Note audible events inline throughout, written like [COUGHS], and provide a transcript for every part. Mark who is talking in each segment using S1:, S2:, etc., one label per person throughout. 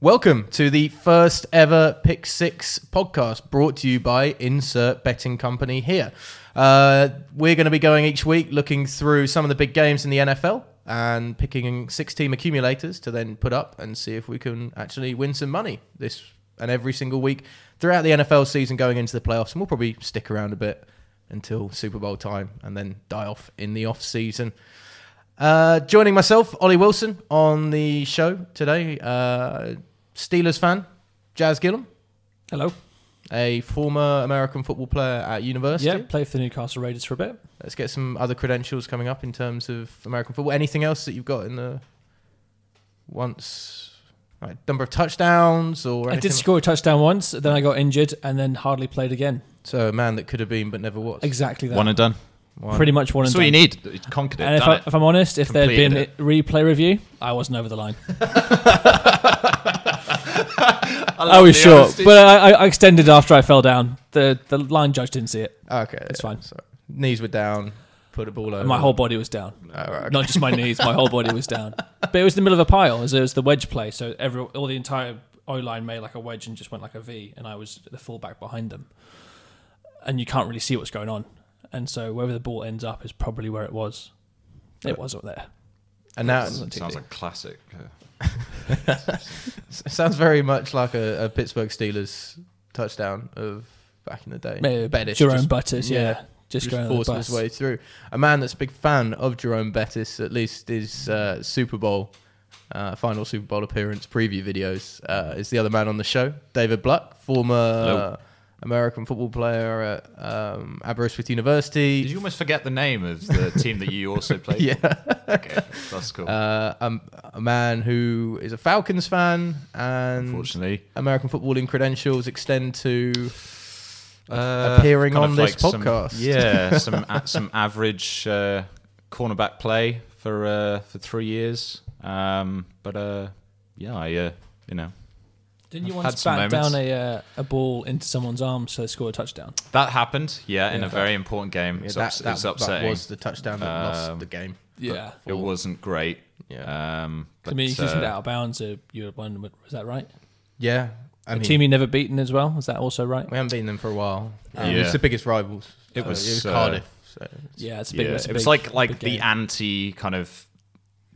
S1: Welcome to the first ever Pick Six podcast brought to you by Insert Betting Company here. Uh, we're going to be going each week looking through some of the big games in the NFL and picking six team accumulators to then put up and see if we can actually win some money this and every single week throughout the NFL season going into the playoffs. And we'll probably stick around a bit until Super Bowl time and then die off in the off season. Uh, joining myself, Ollie Wilson, on the show today. Uh, Steelers fan, Jazz Gillum,
S2: Hello.
S1: a former American football player at university.
S2: Yeah, play for the Newcastle Raiders for a bit.
S1: Let's get some other credentials coming up in terms of American football. Anything else that you've got in the once like, number of touchdowns or
S2: I
S1: anything?
S2: did score a touchdown once, then I got injured, and then hardly played again.
S1: so a man that could have been but never was.
S2: Exactly that.
S3: One and done.
S1: One.
S2: Pretty much one and
S3: That's all you
S2: done.
S3: need. You Conquered it.
S2: And if,
S3: done
S2: I, if I'm honest, if there'd
S3: Completed
S2: been a replay review, I wasn't over the
S3: [LAUGHS]
S2: line.
S3: it.
S2: I was short, but I, I extended after I fell down. The the line judge didn't see it.
S1: Okay,
S2: It's
S1: yeah,
S2: fine.
S1: so knees were down. Put a ball
S3: Oh,
S1: over.
S2: My whole body was down.
S1: All right, okay.
S2: Not just my knees, my whole body was down. But it was in the middle of a pile, as it was the wedge play. So every all the entire O line made like a wedge and just went like a V, and I was the fullback behind them. And you can't really see what's going on, and so wherever the ball ends up is probably where it was. It wasn't there.
S1: and now
S3: Sounds like classic. uh,
S1: [LAUGHS] sounds very much like a, a Pittsburgh Steelers touchdown of back in the day.
S2: Maybe
S1: Bettis
S2: Jerome
S1: just-
S2: Buttis, yeah,
S1: yeah,
S2: just, going on the
S1: forcing
S2: bus.
S1: his way through. A man that's a big fan of Jerome Bettis, at least his uh, Super Bowl, uh, final Super Bowl appearance preview videos, uh, is the other man on the show, David Bluck, former
S3: Hello.
S1: American football player at um, Aberystwyth University.
S3: Did
S1: [LAUGHS]
S3: you almost forget the name of the team that you also played?
S1: yeah,
S3: for? Okay, that's cool.
S1: uh, um, a man who is a Falcons fan and
S3: Unfortunately,
S1: American footballing credentials extend to
S3: uh,
S1: appearing
S3: kind of
S1: on this
S3: some-
S1: podcast. [LAUGHS]
S3: yeah, some a- some average uh, cornerback play for uh, for three years. Um, but uh, yeah, I uh, you know
S2: Didn't you
S3: I've had
S2: once
S3: some
S2: bat
S3: moments.
S2: down a uh, a ball into someone's arm so they scored a touchdown?
S3: that happened. Yeah, in
S1: Yeah.
S3: a very important game. It's
S1: that,
S3: ups-
S1: that-
S3: it's
S1: that
S3: upsetting.
S1: was the touchdown that lost
S3: Um,
S1: the game.
S2: Yeah.
S3: it wasn't great.
S1: Yeah.
S3: Um,
S2: I mean, you
S3: but,
S2: just hit
S3: uh,
S2: out of bounds. So you were one. Was that right?
S1: yeah. I
S2: A
S1: mean,
S2: team you never beaten as well. Is that also right?
S1: we haven't beaten them for a while. Um,
S3: Yeah.
S1: It's the biggest rivals.
S3: It
S1: Uh,
S3: was,
S1: it was
S3: uh,
S1: Cardiff.
S3: [LAUGHS]
S1: So.
S2: Yeah, it's a big. it's a
S3: it was
S2: big-
S3: like like
S2: big
S3: the
S2: game.
S3: anti kind of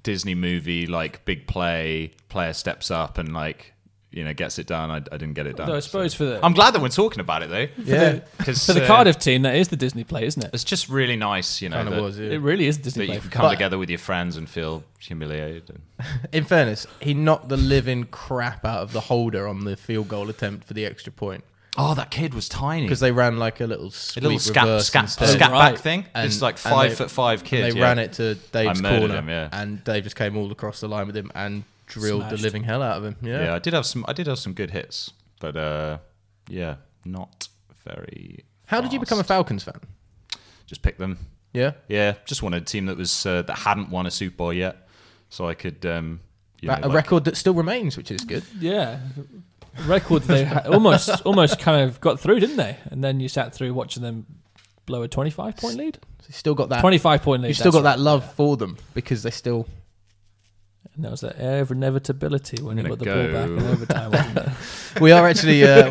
S3: Disney movie, like big play, player steps up and like you know gets it done. I, I didn't get it done.
S2: Although I suppose for the
S3: I'm glad that we're talking about it though,
S1: Yeah, [LAUGHS]
S3: because
S2: for the Cardiff team, that is the Disney play, isn't it?
S3: it's just really nice, you know,
S1: kind
S3: that,
S1: of was. yeah.
S2: It really is the
S3: that
S2: Disney
S3: you
S2: play.
S3: can come
S1: But-
S3: together with your friends and feel humiliated.
S1: [LAUGHS]
S3: And,
S1: In fairness, he knocked the living crap out of the holder on the field goal attempt for the extra point
S3: oh, that kid was tiny.
S1: because they ran like a little
S3: A
S1: sweep
S3: little scat
S1: reverse
S3: scat,
S1: instead.
S3: scat back
S2: Right.
S3: thing.
S1: And-
S3: it's like
S1: and
S3: five
S1: they-
S3: foot five kid.
S1: And they
S3: yeah.
S1: ran it to Dave's
S3: murdered
S1: corner,
S3: him, yeah.
S1: and Dave just came all across the line with him and drilled the
S2: Smashed.
S1: living hell out of him. Yeah,
S3: Yeah. I did have some. I did have some good hits, but uh, yeah, not very.
S1: How did you become a
S3: fast.
S1: Falcons fan?
S3: Just pick them.
S1: Yeah,
S3: Yeah, just wanted a team that was uh, that hadn't won a Super Bowl yet, so I could. Um, you
S1: That-
S3: know,
S1: a
S3: like-
S1: record that still remains, which is good.
S2: Yeah, record that they ha- [LAUGHS] almost almost kind of got through, didn't they? And then you sat through watching them blow a twenty-five point lead.
S1: So you still got that.
S2: Twenty-five point lead.
S1: You've still got
S2: that's
S1: that
S2: right.
S1: love for them because they still.
S2: And that was the air of inevitability when you
S3: I'm
S2: got the
S3: gonna
S2: ball
S3: go.
S2: back in
S1: [LAUGHS]
S2: overtime. Wasn't it?
S1: We are actually. Uh,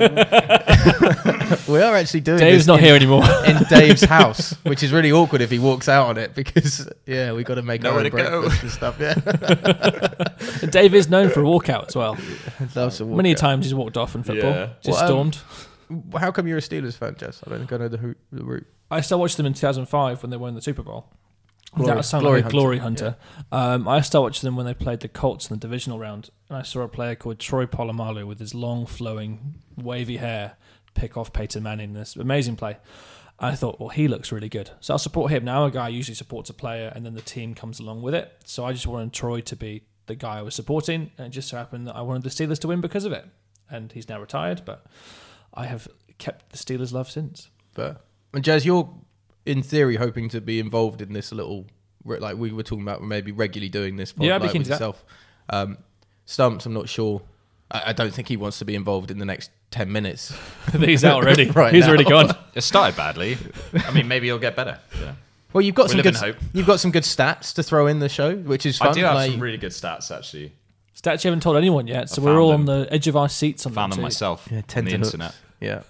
S1: [LAUGHS] we are actually doing.
S2: Dave's
S1: this
S2: not
S1: in,
S2: here anymore.
S1: [LAUGHS] in Dave's house, which is really awkward if he walks out on it because yeah, we got to make our
S3: Nowhere
S1: own
S3: to go.
S1: breakfast and stuff.
S3: [LAUGHS]
S1: Yeah,
S2: And Dave is known for a walkout as well.
S1: Loves to walk
S2: Many
S1: out.
S2: times he's walked off in football,
S3: Yeah.
S2: just
S1: Well, um,
S2: stormed.
S1: How come you're a Steelers fan, Jess? I don't go know the, who, the route.
S2: I still watched them in 2005 when they won the Super Bowl.
S1: Glory-
S2: that was
S1: Glory
S2: glory like a
S1: Hunter,
S2: glory hunter. Um, I still watched them when they played the Colts in the divisional round, and I saw a player called Troy Polamalu with his long, flowing, wavy hair pick off Peyton Manning. in This amazing play. I thought, well, he looks really good, so I'll support him. Now, a guy usually supports a player, and then the team comes along with it. So I just wanted Troy to be the guy I was supporting, and it just so happened that I wanted the Steelers to win because of it. And he's now retired, but I have kept the Steelers love since.
S1: But and Jazz, you're in theory hoping to be involved in this a little, re- like we were talking about, maybe regularly doing this. pod,
S2: Yeah, I'd be
S1: like
S2: keen
S1: with
S2: to do that.
S1: yourself. Um, Stumps, I'm not sure. I, I don't think he wants to be involved in the next ten minutes.
S2: [LAUGHS] he's out already.
S1: Right
S2: he's
S1: now.
S2: already [LAUGHS] gone.
S3: It
S2: [LAUGHS]
S3: started badly. I mean, maybe you'll get better. Yeah.
S1: Well, you've got
S3: We
S1: some
S3: live
S1: good.
S3: in hope.
S1: You've got some good stats to throw in the show, which is fun.
S3: I do have
S1: like-
S3: some really good stats actually.
S2: Stats you haven't told anyone yet, so
S3: I
S2: we're
S3: found
S2: all on
S3: them.
S2: the edge of our seats on
S3: Found
S2: that
S3: them
S2: too.
S3: myself
S1: Yeah,
S3: on the
S1: tenterhooks.
S3: internet.
S1: Yeah.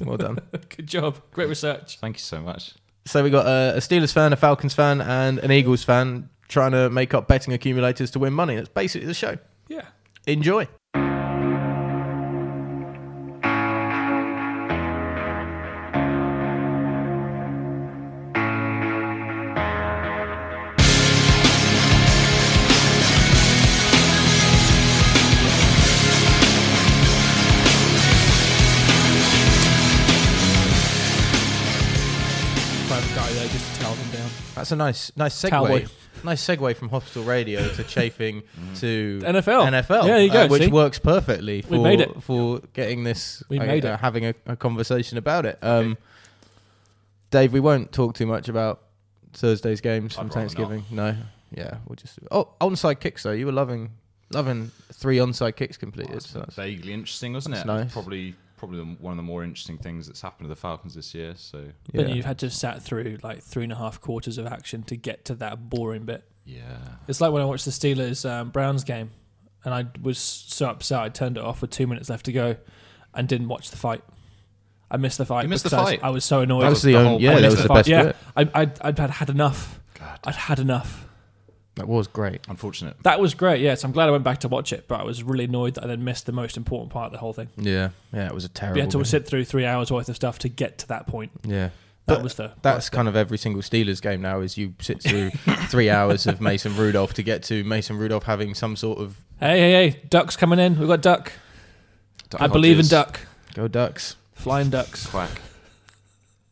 S1: Well done.
S2: [LAUGHS]
S1: [LAUGHS]
S2: Good job. Great research.
S3: Thank you so much.
S1: so we got a, a Steelers fan, a Falcons fan, and an Eagles fan trying to make up betting accumulators to win money. That's basically the show.
S2: Yeah.
S1: Enjoy.
S2: Private guy there just to towel them down.
S1: That's a nice, nice segue.
S2: Cowboy.
S1: Nice segue from hospital radio to
S3: [LAUGHS]
S1: chafing
S3: Mm.
S1: to
S2: NFL.
S1: NFL.
S2: Yeah, there you
S1: uh,
S2: go,
S1: which
S2: see?
S1: works perfectly for
S2: We made it.
S1: for getting this.
S2: We
S1: uh,
S2: made
S1: uh,
S2: it.
S1: Having a, a conversation about it. Um, Dave, we won't talk too much about Thursday's games
S3: I'd
S1: from
S3: rather
S1: Thanksgiving. No. Yeah, we'll just. Oh, onside kicks though. You were loving loving three onside kicks completed.
S3: It's
S1: so that's-
S3: vaguely interesting, wasn't
S1: that's
S3: it?
S1: nice.
S3: Probably, probably the- one of the more interesting things that's happened to the Falcons this year. So
S1: yeah.
S2: But you've had to sat through like three and a half quarters of action to get to that boring bit.
S3: yeah,
S2: It's like when I watched the Steelers um, Browns game, and I was so upset I turned it off with two minutes left to go, and didn't watch the fight. I missed the fight.
S3: You missed the
S2: because I was-
S3: fight?
S2: I was, so annoyed.
S1: That was the
S3: the
S1: only,
S3: whole-
S1: yeah,
S2: I
S1: that
S2: missed
S1: was
S2: the
S1: the
S2: fight.
S1: best
S2: Yeah,
S1: bit.
S2: I, I'd, I'd had had enough.
S3: God,
S2: I'd had enough.
S1: That was great.
S3: unfortunate.
S2: That was great. Yes, I'm glad I went back to watch it, but I was really annoyed that I then missed the most important part of the whole thing.
S1: Yeah, yeah, it was a terrible.
S2: We had to
S1: game.
S2: sit through three hours worth of stuff to get to that point.
S1: Yeah,
S2: That
S1: But
S2: was the
S1: That's kind of every single Steelers game now. Is you sit
S2: [LAUGHS]
S1: through three hours of Mason Rudolph to get to Mason Rudolph having some sort of
S2: hey hey hey ducks coming in. We've got duck.
S3: Duck
S2: I believe in
S3: Hodges.
S2: duck.
S1: go Ducks.
S2: Flying ducks.
S3: Quack.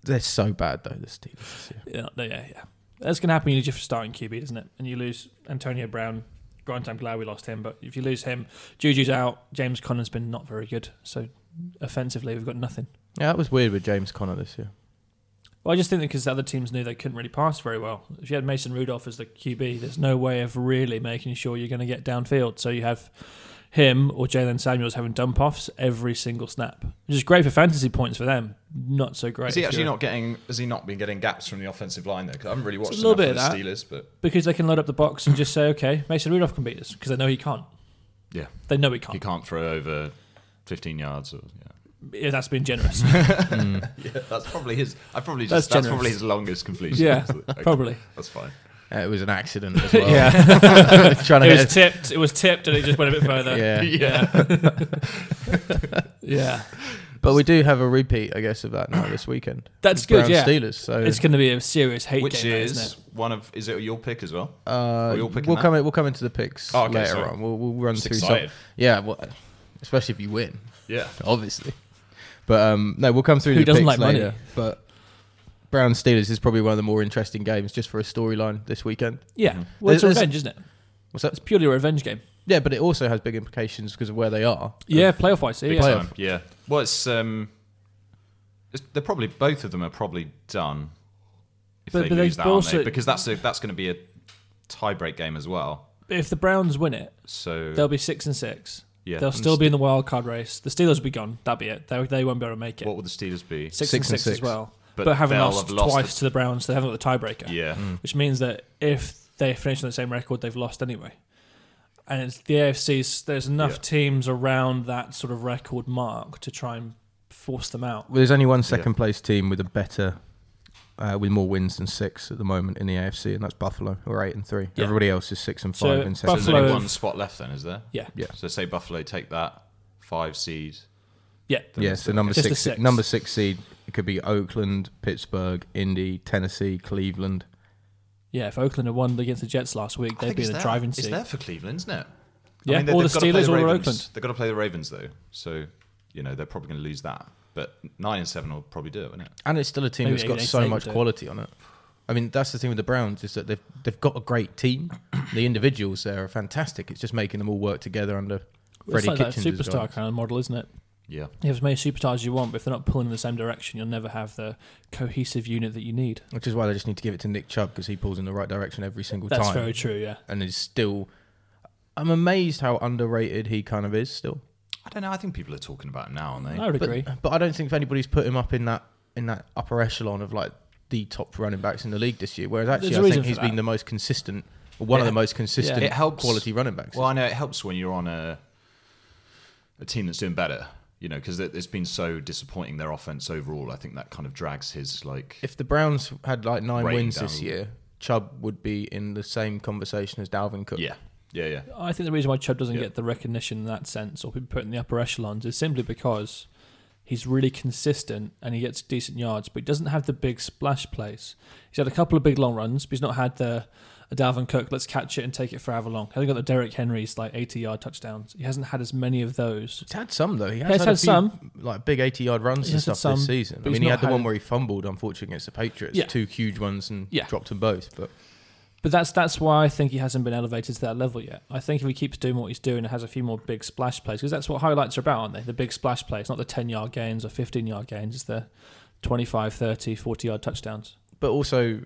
S1: They're so bad though. The Steelers. Yeah.
S2: Yeah, no, yeah, yeah. That's going to happen when you just starting QB, isn't it? And you lose Antonio Brown. Grant, I'm glad we lost him, but if you lose him, Juju's out. James Connor's been not very good. So offensively, we've got nothing.
S1: yeah, that was weird with James Conner this year.
S2: Well, I just think that because the other teams knew they couldn't really pass very well. If you had Mason Rudolph as the QB, there's no way of really making sure you're going to get downfield. So you have him or Jalen Samuels having dump offs every single snap, which is great for fantasy points for them. Not so great.
S3: Is he
S2: if
S3: actually
S2: you're-
S3: not getting? Has he not been getting gaps from the offensive line though? Because I haven't really watched
S2: a little
S3: enough
S2: bit of
S3: of the Steelers, but
S2: Because they can load up the box and just say, okay, Mason Rudolph can beat us because they know he can't.
S3: yeah,
S2: They know he can't.
S3: he can't throw over fifteen yards. Or
S2: Yeah, that's been
S3: [LAUGHS]
S2: generous.
S3: yeah, yeah [LAUGHS] that's probably his. I probably
S2: That's
S3: just that's,
S2: generous.
S3: probably his longest completion.
S2: Yeah,
S3: [LAUGHS] Okay,
S2: probably.
S3: That's fine.
S1: Uh, it was an accident as [LAUGHS] well.
S2: yeah,
S1: [LAUGHS] trying to
S2: it was
S1: hit.
S2: tipped. It was tipped, and it just went a bit
S1: [LAUGHS]
S2: further.
S3: [LAUGHS]
S1: Yeah.
S2: yeah, yeah.
S1: but we do have a repeat, I guess, of that now this weekend.
S2: That's good.
S1: Browns
S2: yeah,
S1: Steelers. So
S2: it's going to be a serious hate
S3: Which
S2: game,
S3: is
S2: though, isn't it?
S3: one of is it your pick as well?
S1: Uh,
S3: Are we all picking
S1: we'll
S3: that?
S1: come. In, we'll come into the picks
S3: Oh, okay,
S1: later
S3: sorry.
S1: on. We'll, we'll run
S3: Just
S1: through
S3: excited.
S1: some. Yeah, well, especially if you win, [LAUGHS]
S3: Yeah.
S1: obviously. But um, no, we'll come through
S2: Who
S1: the
S2: doesn't
S1: picks
S2: like money?
S1: later. But Brown Steelers is probably one of the more interesting games just for a storyline this weekend.
S2: Yeah, well, it's a
S1: There's-
S2: revenge, isn't it?
S1: What's that?
S2: It's purely a revenge game.
S1: Yeah, but it also has big implications because of where they are.
S2: Yeah, playoff wise.
S3: Big
S2: Yeah,
S1: playoff.
S3: time. Yeah. Well, it's um, it's, they're probably both of them are probably done if
S2: But-
S3: they
S2: but they
S3: lose that, aren't
S2: also-
S3: they? Because that's a, that's going to be a tiebreak game as well.
S2: if the Browns win it,
S3: So
S2: they'll be six and six.
S3: yeah,
S2: they'll still be in the wild card race. The Steelers will be gone. That'll be it. They, they won't be able to make it.
S3: What will the Steelers be?
S2: six,
S1: Six
S2: and
S1: and
S2: six, as
S1: six.
S2: well. But,
S3: But
S2: having
S3: they'll
S2: lost,
S3: have lost
S2: twice to the Browns, they haven't got the tiebreaker.
S3: Yeah.
S2: which means that if they finish on the same record, they've lost anyway. And it's the AFC's. There's enough
S3: Yeah.
S2: teams around that sort of record mark to try and force them out.
S1: Well, There's only one second place team with a better, uh, with more wins than six at the moment in the AFC, and that's Buffalo, who are eight and three.
S2: Yeah.
S1: Everybody else is six and
S2: So
S1: five and
S3: So
S1: seven.
S3: there's only
S2: Buffalo-
S3: one spot left then, is there?
S2: Yeah,
S1: Yeah.
S3: So say Buffalo take that five seed.
S2: yeah.
S3: then
S1: yeah,
S3: it's
S1: so
S3: the-
S1: number
S2: Just the
S1: six,
S2: six.
S1: number six seed it could be Oakland, Pittsburgh, Indy, Tennessee, Cleveland.
S2: Yeah, if Oakland had won against the Jets last week,
S3: I
S2: they'd
S3: think
S2: be
S3: it's
S2: in the
S3: there.
S2: driving seat.
S3: It's there for Cleveland, isn't it?
S2: Yeah,
S3: they-
S2: or the
S3: they've gotta play
S2: Steelers or
S3: Ravens.
S2: Oakland.
S3: They've got to play the Ravens though, so you know they're probably going to lose that. But nine and seven will probably do it, won't it?
S1: And it's still a team
S2: Maybe
S1: that's
S2: they-
S1: got
S2: they
S1: so
S2: saved
S1: much
S2: it.
S1: quality on it. I mean, that's the thing with the Browns is that they've they've got a great [CLEARS THROAT] team. The individuals there are fantastic. It's just making them all work together under
S2: It's
S1: Freddie
S2: like that
S1: Kitchens. as
S2: superstar
S1: well.
S2: kind of model, isn't it?
S3: Yeah.
S2: You have as many superstars as you want, but if they're not pulling in the same direction, you'll never have the cohesive unit that you need.
S1: Which is why they just need to give it to Nick Chubb because he pulls in the right direction every single
S2: That's
S1: time.
S2: very true. Yeah,
S1: and is still. I'm amazed how underrated he kind of is still.
S3: I don't know. I think people are talking about him now, aren't they?
S2: I would
S1: But,
S2: agree.
S1: but I don't think anybody's put him up in that in that upper echelon of like the top running backs in the league this year. Whereas actually,
S2: a
S1: I
S2: reason
S1: think
S2: for
S1: he's
S2: that.
S1: been the most consistent One of
S3: It-
S1: the most consistent
S2: yeah.
S3: It helps-
S1: quality running backs.
S3: Well, I know it helps when you're on a a team that's doing better, you know, because it, it's been so disappointing their offense overall. I think that kind of drags his like.
S1: if the Browns had like nine
S3: Rating
S1: wins this
S3: down.
S1: year, Chubb would be in the same conversation as Dalvin Cook.
S3: yeah, yeah, yeah.
S2: I think the reason why Chubb doesn't
S3: Yeah.
S2: get the recognition in that sense or be put in the upper echelons is simply because he's really consistent and he gets decent yards, but he doesn't have the big splash plays. He's had a couple of big long runs, but he's not had the a Dalvin Cook, let's catch it and take it for however long. He hasn't got the Derrick Henry's like 80 yard touchdowns. He hasn't had as many of those.
S1: He's had some though. He has
S2: He's
S1: had,
S2: had
S1: a few,
S2: some.
S1: like big eighty-yard runs
S2: He
S1: and
S2: has had
S1: stuff this
S2: some,
S1: season. I
S2: but he's
S1: mean, he
S2: not
S1: had the
S2: had-
S1: one where he fumbled, unfortunately, against the Patriots.
S2: Yeah.
S1: Two huge ones and
S2: Yeah.
S1: dropped them both. But
S2: But that's that's why I think he hasn't been elevated to that level yet. I think if he keeps doing what he's doing and has a few more big splash plays, because that's what highlights are about, aren't they? The big splash plays, not the 10 yard gains or 15 yard gains, it's the 25, 30, 40 yard touchdowns.
S1: but also,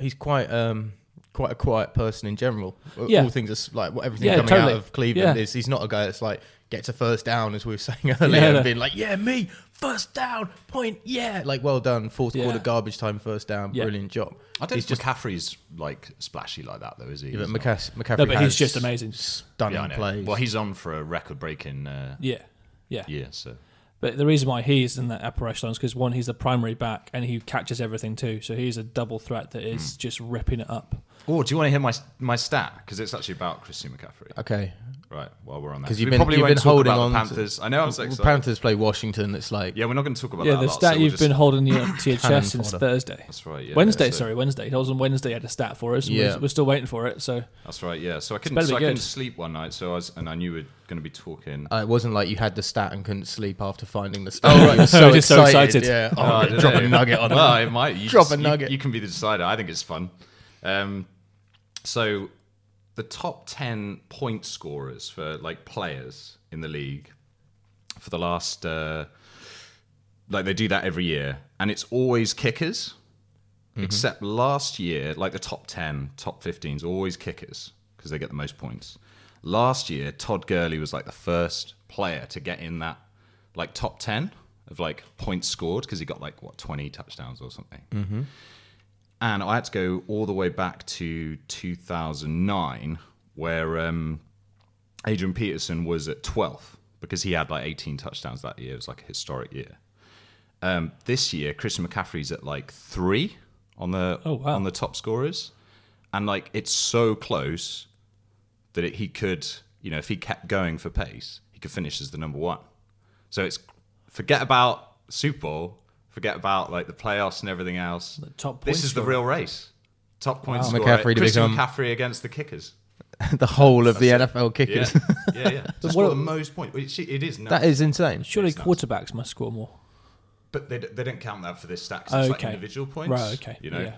S1: he's quite um quite a quiet person in general. Uh,
S2: Yeah.
S1: All things are s- like what everything
S2: Yeah,
S1: coming
S2: totally.
S1: out of Cleveland
S2: Yeah.
S1: is. He's not a guy that's like gets a first down as we were [LAUGHS] saying earlier
S2: Yeah,
S1: and
S2: no.
S1: being like, yeah, me first down point, yeah, like well done, fourth
S2: Yeah.
S1: quarter garbage time first down,
S2: Yeah.
S1: brilliant job.
S3: I don't
S1: He's just
S3: think McCaffrey's like splashy like that though, is he?
S1: yeah, but
S3: He's not-
S1: McCaff- McCaffrey.
S2: No, but he's
S1: has
S2: just amazing.
S1: Stunning
S3: Yeah, I know.
S1: plays.
S3: Well, he's on for a record-breaking uh,
S2: Yeah. Yeah.
S3: year, so
S2: But the reason why he's in that upper echelon is because one, he's the primary back and he catches everything too. So he's a double threat that
S3: Hmm.
S2: is just ripping it up.
S3: Oh, do you want to hear my my stat? Because it's actually about Christian McCaffrey.
S1: okay.
S3: Right, while we're on that,
S1: 'Cause
S3: we
S1: you've been-
S3: probably
S1: you've
S3: won't
S1: been
S3: talk
S1: holding
S3: about
S1: on
S3: the
S1: to-
S3: Panthers. I know I'm so
S1: Well,
S3: excited.
S1: Panthers play Washington. It's like
S3: yeah, we're not going to talk about
S2: yeah,
S3: that.
S2: the
S3: lot,
S2: stat
S3: so we'll
S2: you've
S3: just-
S2: been holding your,
S3: [COUGHS]
S2: to
S1: Cannon
S2: your chest since
S1: fodder.
S2: Thursday.
S3: That's right. Yeah,
S2: Wednesday,
S3: so-
S2: sorry, Wednesday. He was on Wednesday, he had a stat for us. and
S1: Yeah.
S2: we're- we're still waiting for it. So
S3: That's right. Yeah. So I couldn't.
S2: better
S3: So
S2: be
S3: I couldn't
S2: good.
S3: sleep one night. So I was, and I knew we were going to be talking.
S1: uh, it wasn't like you had the stat and couldn't sleep after finding the
S2: [LAUGHS]
S1: stat. Oh, right. you were so,
S2: We're just so
S1: excited.
S2: excited.
S1: Yeah. Oh,
S3: Oh, I
S1: I'm gonna [LAUGHS]
S3: don't
S1: drop a
S3: know.
S1: nugget on
S3: Well,
S1: that.
S3: it might. You
S1: Drop
S3: just-
S1: a
S3: you-
S1: nugget.
S3: You, can be the decider. I think it's fun. Um, so the top ten point scorers for like players in the league for the last uh, like they do that every year, and it's always kickers.
S1: Mm-hmm.
S3: Except last year, like the top ten, top 15s, always kickers because they get the most points. Last year, Todd Gurley was like the first player to get in that like top ten of like points scored because he got like what twenty touchdowns or something. And I had to go all the way back to 2009, where um, Adrian Peterson was at 12th because he had like 18 touchdowns that year. It was like a historic year. Um, this year, Christian McCaffrey's at like three on the
S2: Oh, wow.
S3: on the top scorers, and like it's so close that it, he could, you know, if he kept going for pace, he could finish as the number one. So it's forget about Super Bowl, forget about like the playoffs and everything else.
S2: the top
S3: This
S2: point
S3: is the
S2: scorer.
S3: real race. Top point
S1: Wow.
S3: scorer.
S1: McCaffrey to
S3: Christian
S1: become-
S3: McCaffrey against the kickers.
S1: the whole of the NFL
S3: Yeah,
S1: kickers.
S2: [LAUGHS]
S3: yeah, yeah. To score the most points. It, it is nuts.
S1: that is insane.
S2: Surely
S3: It's nuts.
S2: quarterbacks must score more.
S3: but they, d- they don't count that for this stat 'cause it's
S2: Okay.
S3: like individual points.
S2: Right, okay.
S3: You know.
S2: Yeah.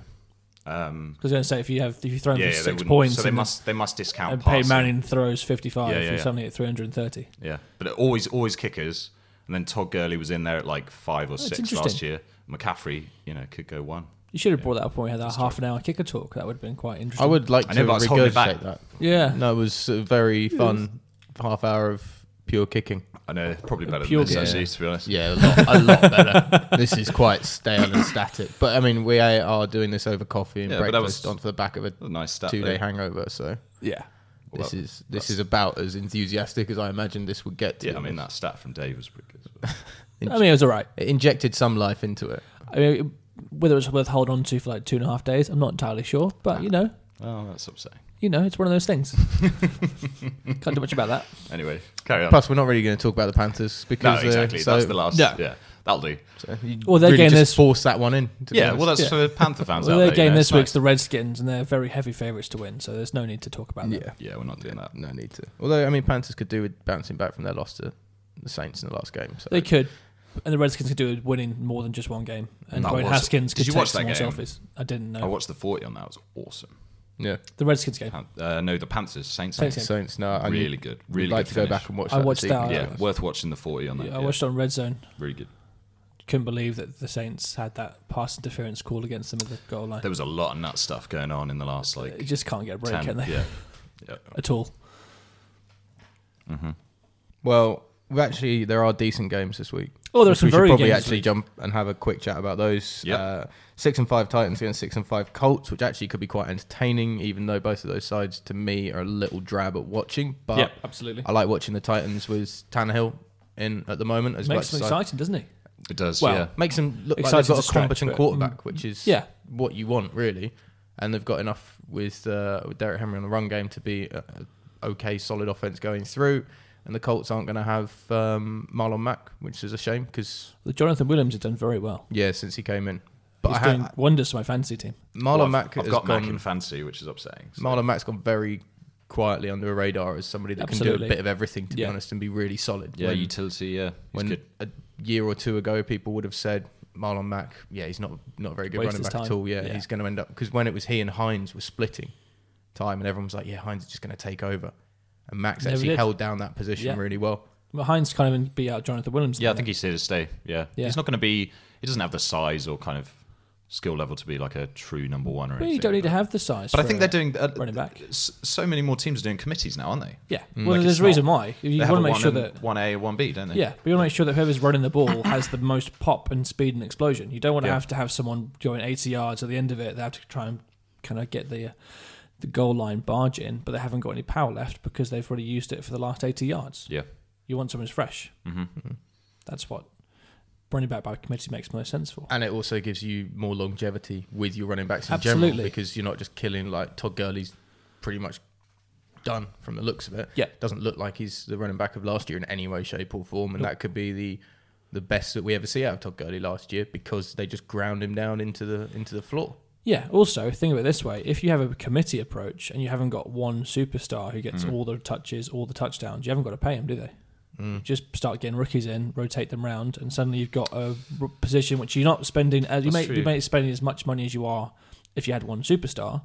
S3: Um,
S2: Because I was going to say, if you have if you throw him
S3: yeah, yeah,
S2: for
S3: they
S2: six
S3: wouldn't-
S2: points
S3: So they
S2: and,
S3: must they must discount
S2: and Peyton
S3: passing.
S2: Manning throws 55
S3: Yeah, yeah,
S2: and
S3: yeah.
S2: something at 330.
S3: Yeah, but always always kickers. And then Todd Gurley was in there at like five or six last
S2: Oh, interesting.
S3: year. McCaffrey, you know, could go one.
S2: You should have brought that up when we had that half an hour kicker talk. That would have been quite interesting.
S1: I would like
S3: I
S1: to
S3: know, but I was holding it
S1: regurgitate
S3: back.
S1: that.
S2: Yeah.
S1: No, it was a very fun half hour of pure kicking.
S3: I know, probably better
S2: Pure
S3: than this
S1: kicker.
S3: actually, to be honest.
S1: Yeah, a lot, a lot better. [LAUGHS] this is quite stale and static. But I mean, we are doing this over coffee and
S3: Yeah, but that
S1: breakfast
S3: was-
S1: onto the back of a
S3: That was a nice stat.
S1: two-day
S3: there.
S1: hangover. So
S2: Yeah.
S3: Well,
S1: this
S3: that-
S1: is this is about as enthusiastic as I imagined this would get. To
S3: Yeah,
S1: be
S3: I mean
S1: honest.
S3: that stat from Dave was pretty good. as well.
S2: I mean, it was all right.
S1: It injected some life into it.
S2: I mean, whether it was worth holding on to for like two and a half days, I'm not entirely sure. But, you know,
S1: [LAUGHS]
S3: Oh, that's upsetting.
S2: you know, it's one of those
S3: [LAUGHS]
S2: things. Can't do much about that.
S3: Anyway, carry on.
S1: Plus, we're not really going to talk about the Panthers
S3: no,
S1: because uh,
S3: exactly.
S1: so,
S3: that's the last.
S2: No.
S3: Yeah, that'll do.
S1: so you
S2: Well, their
S1: really
S2: game
S1: just
S2: this-
S1: force that one in. to be
S3: Yeah,
S1: honest.
S3: well, that's for Panther fans
S2: Well,
S3: out
S2: their
S3: there, you
S2: game
S3: know,
S2: this
S3: it's nice.
S2: week's the Redskins, and they're very heavy favourites to win, so there's no need to talk about that.
S1: yeah.
S3: Yeah, we're not doing that.
S1: No need to. Although I mean, Panthers could do with bouncing back from their loss to the Saints in the last game. So
S2: They could, and the Redskins could do with winning more than just one game. And
S3: That
S2: Dwayne
S3: was-
S2: Haskins
S3: Did
S2: could
S3: you
S2: take
S3: watch that
S2: some more
S3: game?
S2: selfies. I didn't know.
S3: I watched the 40 on that. It was awesome.
S1: yeah,
S2: the Redskins game.
S3: Pan- uh, no, the Panthers, Saints.
S2: Saints
S3: Saints.
S1: Saints. No, I
S3: Really good. Really
S1: like
S3: good
S1: to
S3: finish.
S1: go back and watch.
S2: I
S1: that
S2: watched
S1: this evening.
S2: that.
S3: Yeah,
S2: Yeah.
S3: worth watching the 40 on that.
S2: Yeah, I
S3: yeah.
S2: watched it on Red Zone.
S3: Really good.
S2: Couldn't believe that the Saints had that pass interference call against them at the goal line.
S3: There was a lot of nut stuff going on in the last like.
S2: They just can't get a break, [LAUGHS]
S3: 10
S2: can they?
S3: Yeah. yeah.
S2: At all.
S1: Well, we've actually there are decent games this week.
S2: Oh, there are
S1: which
S2: some
S1: we should
S2: very good
S1: probably
S2: games this
S1: actually
S2: week.
S1: jump and have a quick chat about those.
S3: Yep.
S1: Uh, six and five Titans against six and five Colts, which actually could be quite entertaining, even though both of those sides to me are a little drab at watching. But
S2: Yep, absolutely.
S1: I like watching the Titans with Tannehill in at the moment as
S2: Makes
S1: much
S2: them
S1: as I-
S2: exciting, doesn't he?
S3: It does,
S2: Well,
S3: yeah.
S1: makes them look like
S2: Exciting
S1: they've
S2: to
S1: got a
S2: stretch,
S1: competent
S2: but-
S1: quarterback, which is
S2: Yeah.
S1: what you want really, and they've got enough with uh, with Derek Henry on the run game to be a, a okay, solid offense going through. And the Colts aren't going to have um, Marlon Mack, which is a shame because
S2: The Jonathan Williams has done very well.
S1: yeah, since he came in, but
S2: He's
S1: I ha-
S2: doing wonders for my fantasy team.
S1: Marlon
S3: Well, I've-
S1: Mack
S3: I've
S1: has
S3: got Mac
S1: gone-
S3: in fancy, which is upsetting. so-
S1: Marlon Mack's gone very quietly under a radar as somebody that can do
S2: Absolutely.
S1: a bit of everything, to be
S2: Yeah.
S1: honest, and be really solid.
S3: yeah,
S1: When-
S3: utility, yeah. He's
S1: when
S3: good.
S1: a year or two ago people would have said Marlon Mack, yeah, he's not not a very good
S2: Waste
S1: running
S2: his
S1: back at
S2: time.
S1: all. Yeah,
S2: Yeah.
S1: he's going to end up because when it was he and Hines were splitting time, and everyone was like, yeah, Hines is just going to take over, and Max
S2: Never
S1: actually
S2: did.
S1: held down that position
S2: Yeah.
S1: really well.
S2: But Hines can't even beat out Jonathan Williams.
S3: Yeah, I think he's here to stay. Yeah.
S2: Yeah.
S3: He's not going to be, he doesn't have the size or kind of skill level to be like a true number one or
S2: Well,
S3: anything.
S2: you don't need
S3: but-
S2: to have the size.
S3: But I
S2: for
S3: think
S2: a
S3: they're doing uh,
S2: running back.
S3: s- So many more teams are doing committees now, aren't they?
S2: Yeah. Well,
S3: Mm, Like,
S2: there's
S3: it's
S2: a reason
S3: not-
S2: why. You
S3: They
S2: want
S3: have
S2: to
S3: a
S2: make
S3: one
S2: sure
S3: and-
S2: that.
S3: one A, one B, don't they?
S2: Yeah, but you want to make sure that whoever's running the ball has the most pop and speed and explosion. You don't want to
S3: Yeah.
S2: have to have someone going 80 yards at the end of it. They have to try and kind of get the uh, the goal line barge in, but they haven't got any power left because they've already used it for the last 80 yards.
S3: Yeah.
S2: You want someone who's fresh. Mm-hmm. That's what running back by committee makes most sense for.
S1: And it also gives you more longevity with your running backs in general
S2: Absolutely.
S1: because you're not just killing like Todd Gurley's pretty much done from the looks of it.
S2: Yeah.
S1: Doesn't look like he's the running back of last year in any way, shape or form. And that could be the the best that we ever see out of Todd Gurley last year because they just ground him down into the into the floor.
S2: Yeah. Also, think of it this way: if you have a committee approach and you haven't got one superstar who gets
S3: Mm.
S2: all the touches, all the touchdowns, you haven't got to pay them, do they? You
S3: Mm.
S2: Just start getting rookies in, rotate them round, and suddenly you've got a r- position which you're not spending. As you
S3: That's
S2: may you
S3: true.
S2: may be spending as much money as you are if you had one superstar,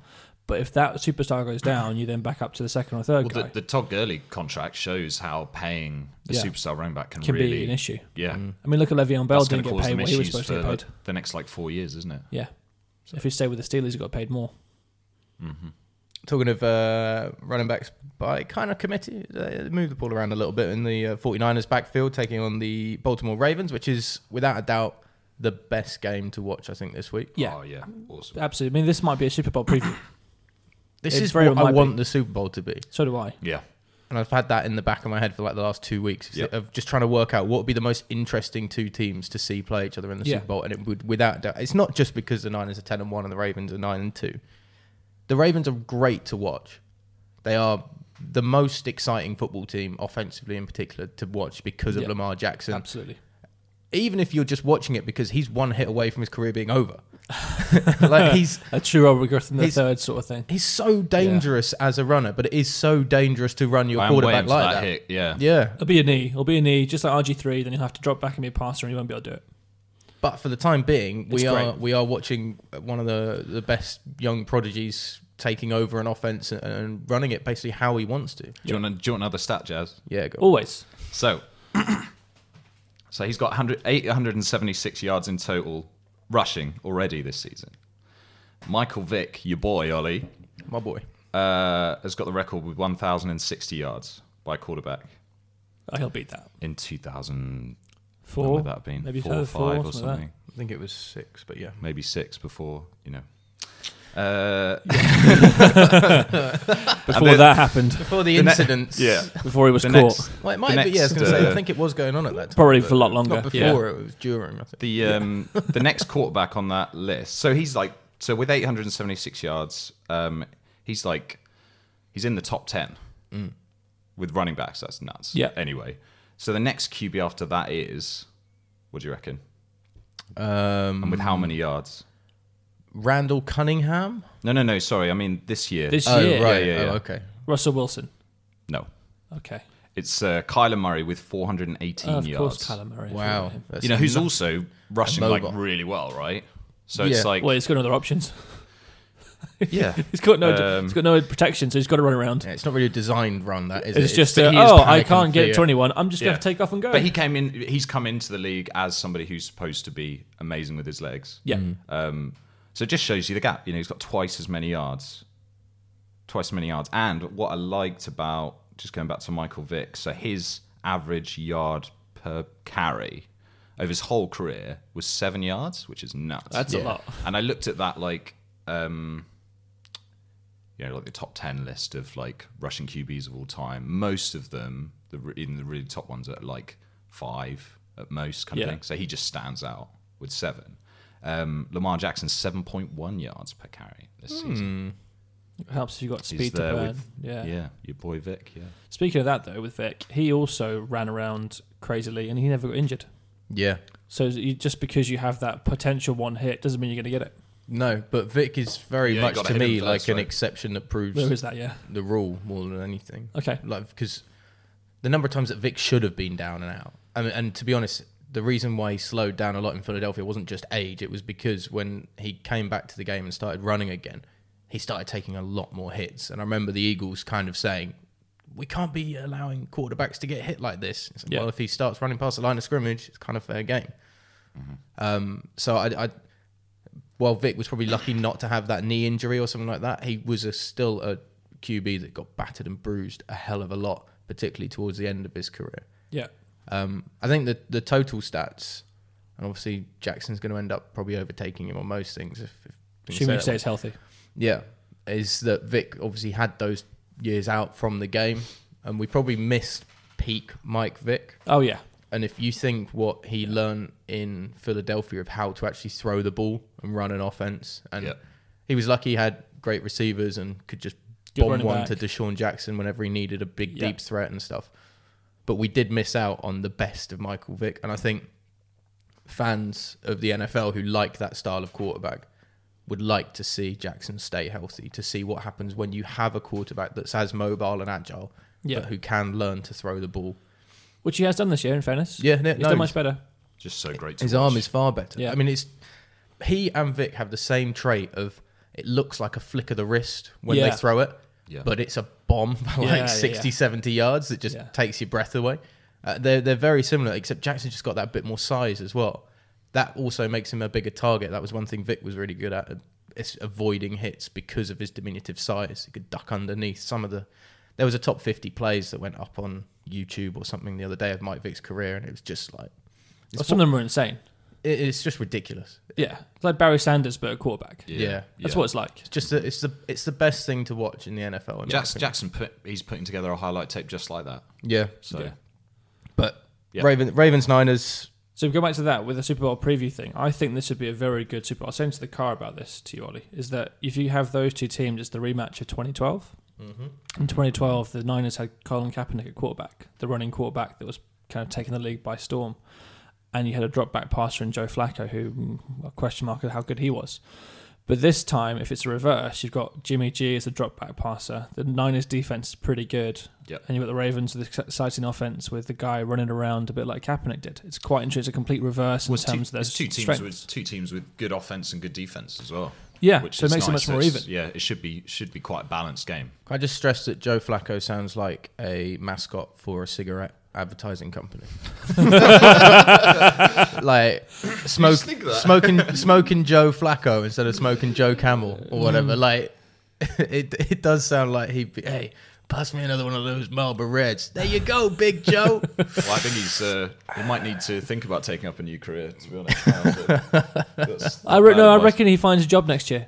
S2: but if that superstar goes down, you then back up to the second or third
S3: Well,
S2: guy.
S3: the, the Todd Gurley contract shows how paying a
S2: Yeah.
S3: superstar running back can,
S2: can
S3: really
S2: be an issue.
S3: Yeah,
S1: Mm.
S2: I mean, look at Le'Veon Bell
S3: that's going
S2: didn't get
S3: to cause
S2: paid
S3: them
S2: what he was
S3: issues
S2: supposed
S3: for
S2: to get paid.
S3: like, the next like four years, isn't it?
S2: Yeah. So if he stayed with the Steelers, he got paid more.
S3: Oh, Mm-hmm.
S1: Talking of uh, running backs by kind of committee, they moved the ball around a little bit in the uh, 49ers backfield, taking on the Baltimore Ravens, which is without a doubt the best game to watch, I think, this week.
S2: Yeah.
S3: oh, yeah, awesome.
S2: Absolutely. I mean, this might be a Super Bowl preview.
S1: This
S2: It
S1: is
S2: very
S1: what
S2: well
S1: I
S2: might
S1: want
S2: be.
S1: the Super Bowl to be.
S2: so do I.
S3: Yeah,
S1: and I've had that in the back of my head for like the last two weeks
S3: Yep.
S1: of just trying to work out what would be the most interesting two teams to see play each other in the
S2: Yeah.
S1: Super Bowl, and it would without doubt. It's not just because the Niners are ten and one and the Ravens are nine and two. The Ravens are great to watch. They are the most exciting football team offensively, in particular, to watch because of
S2: Yeah.
S1: Lamar Jackson.
S2: Absolutely.
S1: Even if you're just watching it because he's one hit away from his career being
S2: [LAUGHS]
S1: over, [LAUGHS] like he's
S2: a true Robert Griffin the
S1: He's-
S2: third sort of thing.
S1: he's so dangerous as a runner, but it is so dangerous to run your
S3: I'm
S1: quarterback
S3: waiting for
S1: like
S3: that
S1: that.
S3: hit. Yeah,
S1: Yeah,
S2: It'll be a knee. It'll be a knee, just like RG three. Then he'll have to drop back and be a passer, and he won't be able to do it.
S1: But for the time being, we
S2: It's
S1: are
S2: great.
S1: we are watching one of the the best young prodigies taking over an offense and, and running it basically how he wants to.
S3: Do, you want, do you want another stat, Jazz?
S1: Yeah, go.
S2: Always.
S3: So, [CLEARS THROAT] so he's got 100, 876 yards in total rushing already this season. Michael Vick, your boy Ollie,
S1: my boy.
S3: uh, has got the record with 1,060 yards by quarterback
S2: Oh, he'll beat that.
S3: in 2000.
S2: Four.
S3: when would that have been?
S2: Maybe
S3: four or
S2: third, four,
S3: five or
S2: something like
S3: something.
S1: I think it was six, but yeah.
S3: Maybe six before, you know. Uh,
S2: Before
S3: then-
S2: that happened,
S1: [LAUGHS] Before the,
S3: The ne-
S1: incidents,
S3: [LAUGHS] yeah.
S2: before he was
S3: The
S2: caught,
S3: next-
S1: Well, it
S3: The
S1: might be. Yeah, I was
S3: next,
S1: going to say. I
S3: uh,
S1: think it was going on at that time.
S2: probably
S1: but
S2: for a lot longer.
S1: Not before
S3: Yeah.
S1: it was during. I think.
S3: The um, the next quarterback on that list. So he's like, so with 876 yards, um, he's like, he's in the top 10 with running backs. That's nuts.
S2: Yeah.
S3: Anyway, so the next QB after that is, what do you reckon? And
S1: Um,
S3: with how
S2: Mm.
S3: many yards?
S1: Randall Cunningham.
S3: No, no, no. Sorry, I mean this year.
S2: This
S1: Oh
S2: year,
S1: right.
S3: Yeah, yeah,
S1: Oh,
S3: yeah.
S1: okay.
S2: Russell Wilson.
S3: no,
S2: Okay.
S3: it's uh, Kyler Murray with 418
S2: Oh, of
S3: yards.
S2: course, Kyler Murray. if we
S1: Wow.
S2: want him.
S1: That's
S3: You know who's
S1: not-
S3: also rushing like
S1: mobile.
S3: really well, right? So
S1: Yeah.
S3: it's like, [LAUGHS]
S2: Well, he's got other options. [LAUGHS]
S3: yeah,
S2: He's got no.
S3: Um,
S2: he's got no protection, so he's got to run around.
S1: Yeah, it's not really a designed run. That is. it?
S2: it's just,
S1: but
S2: uh,
S1: he is
S2: oh,
S1: panic
S2: I
S1: and
S2: can't get
S1: fear.
S2: to anyone. I'm just
S3: Yeah.
S2: going to take off and go.
S3: But he came in. He's come into the league as somebody who's supposed to be amazing with his legs.
S2: yeah.
S3: Um, so it just shows you the gap. You know, he's got twice as many yards, twice as many yards. And what I liked about just going back to Michael Vick, so his average yard per carry over his whole career was seven yards, which is nuts.
S2: That's
S1: Yeah.
S2: a lot.
S3: and I looked at that like, um, you know, like the top ten list of like Russian QBs of all time. Most of them, the re- even the really top ones, are like five at most, kind of
S2: Yeah.
S3: thing. So he just stands out with seven. Um, Lamar Jackson, seven point one yards per carry this season.
S2: It helps if you've got
S3: He's
S2: speed to
S3: there
S2: burn.
S3: with-
S2: Hmm. yeah.
S3: Yeah, your boy Vic. Yeah,
S2: Speaking of that, though, with Vic, he also ran around crazily and he never got injured.
S1: Yeah.
S2: So you, just because you have that potential one hit doesn't mean you're going to get it.
S1: No, but Vic is very
S3: Yeah, you
S1: much
S3: gotta
S1: to
S3: hit him
S1: me
S3: first,
S1: like an
S3: right?
S1: exception that proves
S2: There is that, yeah.
S1: the rule more than anything.
S2: Okay.
S1: Like because the number of times that Vic should have been down and out. I mean, and to be honest, the reason why he slowed down a lot in Philadelphia wasn't just age. It was because when he came back to the game and started running again, he started taking a lot more hits. And I remember the Eagles kind of saying, "We can't be allowing quarterbacks to get hit like this." It's like,
S2: Yeah.
S1: Well, if he starts running past the line of scrimmage, it's kind of fair game. Um, so I, I, while Vic was probably lucky not to have that knee injury or something like that, he was a, still a QB that got battered and bruised a hell of a lot, particularly towards the end of his career.
S2: Yeah.
S1: Um, I think the the total stats, and obviously Jackson's going to end up probably overtaking him on most things. If, if we can
S2: Assuming he
S1: say that
S2: stays healthy.
S1: yeah, is that Vic obviously had those years out from the game, and we probably missed peak Mike Vick.
S2: Oh, yeah.
S1: And if you think what he learned in Philadelphia of how to actually throw the ball and run an offense, and
S3: Yeah.
S1: he was lucky he had great receivers and could just
S2: Good
S1: bomb
S2: running
S1: one
S2: back.
S1: to Deshaun Jackson whenever he needed a big
S2: Yeah.
S1: deep threat and stuff. But we did miss out on the best of Michael Vick, and I think fans of the NFL who like that style of quarterback would like to see Jackson stay healthy to see what happens when you have a quarterback that's as mobile and agile,
S2: Yeah.
S1: but who can learn to throw the ball.
S2: Which he has done this year, in fairness.
S1: Yeah, no,
S2: He's
S1: no,
S2: done much better.
S3: just so great. To
S1: His
S3: watch.
S1: arm is far better.
S2: Yeah.
S1: I mean, it's he and Vic have the same trait of it looks like a flick of the wrist when they
S2: Yeah.
S1: throw it,
S3: Yeah.
S1: but it's a bomb for like
S2: yeah,
S1: 60,
S2: yeah.
S1: 70 yards that just
S2: Yeah.
S1: takes your breath away. Uh, they're, they're very similar, except Jackson just got that bit more size as well. That also makes him a bigger target. That was one thing Vic was really good at. uh, It's avoiding hits because of his diminutive size. He could duck underneath some of the. There was a top 50 plays that went up on YouTube or something the other day of Mike Vick's career, and it was just like.
S2: Well, some of them were insane.
S1: It, it's just ridiculous.
S2: Yeah. It's like Barry Sanders, but a quarterback.
S1: Yeah.
S2: That's
S3: yeah.
S2: what it's like.
S1: It's just the, it's the it's the best thing to watch in the NFL. In Jackson,
S3: Jackson, Jackson put, he's putting together a highlight tape just like that.
S1: yeah.
S3: So
S2: Yeah.
S1: But
S3: Yeah.
S1: Raven, Ravens Niners.
S2: So if we go back to that with the Super Bowl preview thing. I think this would be a very good Super Bowl. I was saying to the car about this to you, Ollie, is that if you have those two teams, it's the rematch of 2012. In 2012, the Niners had Colin Kaepernick at quarterback, the running quarterback that was kind of taking the league by storm. And you had a drop back passer in Joe Flacco, who, mm, well, question mark of how good he was. But this time, if it's a reverse, you've got Jimmy G as a drop back passer. The Niners defense is pretty good.
S3: Yep.
S2: And you've got the Ravens with the exciting offense with the guy running around a bit like Kaepernick did. It's quite interesting. It's a complete reverse in
S3: Well, it's two-
S2: terms of their
S3: it's two teams
S2: strengths.
S3: with two teams with good offense and good defense as well.
S2: Yeah, so it
S3: is
S2: makes it much more
S3: It's-
S2: even.
S3: Yeah, it should be should be quite a balanced game.
S1: Can I just stress that Joe Flacco sounds like a mascot for a cigarette advertising company. [LAUGHS] like smoke,
S3: just think that.
S1: smoking, smoking Joe Flacco instead of smoking Joe Camel or whatever. Like [LAUGHS] it, it does sound like he'd be. Hey, pass me another one of those Marlboro Reds. There you go, Big [LAUGHS] Joe.
S3: Well, I think he's uh, he might need to think about taking up a new career. To be honest, That's-
S2: [LAUGHS]
S3: that's
S2: I re-
S3: bad
S2: no, I
S3: advice.
S2: reckon he finds a job next year.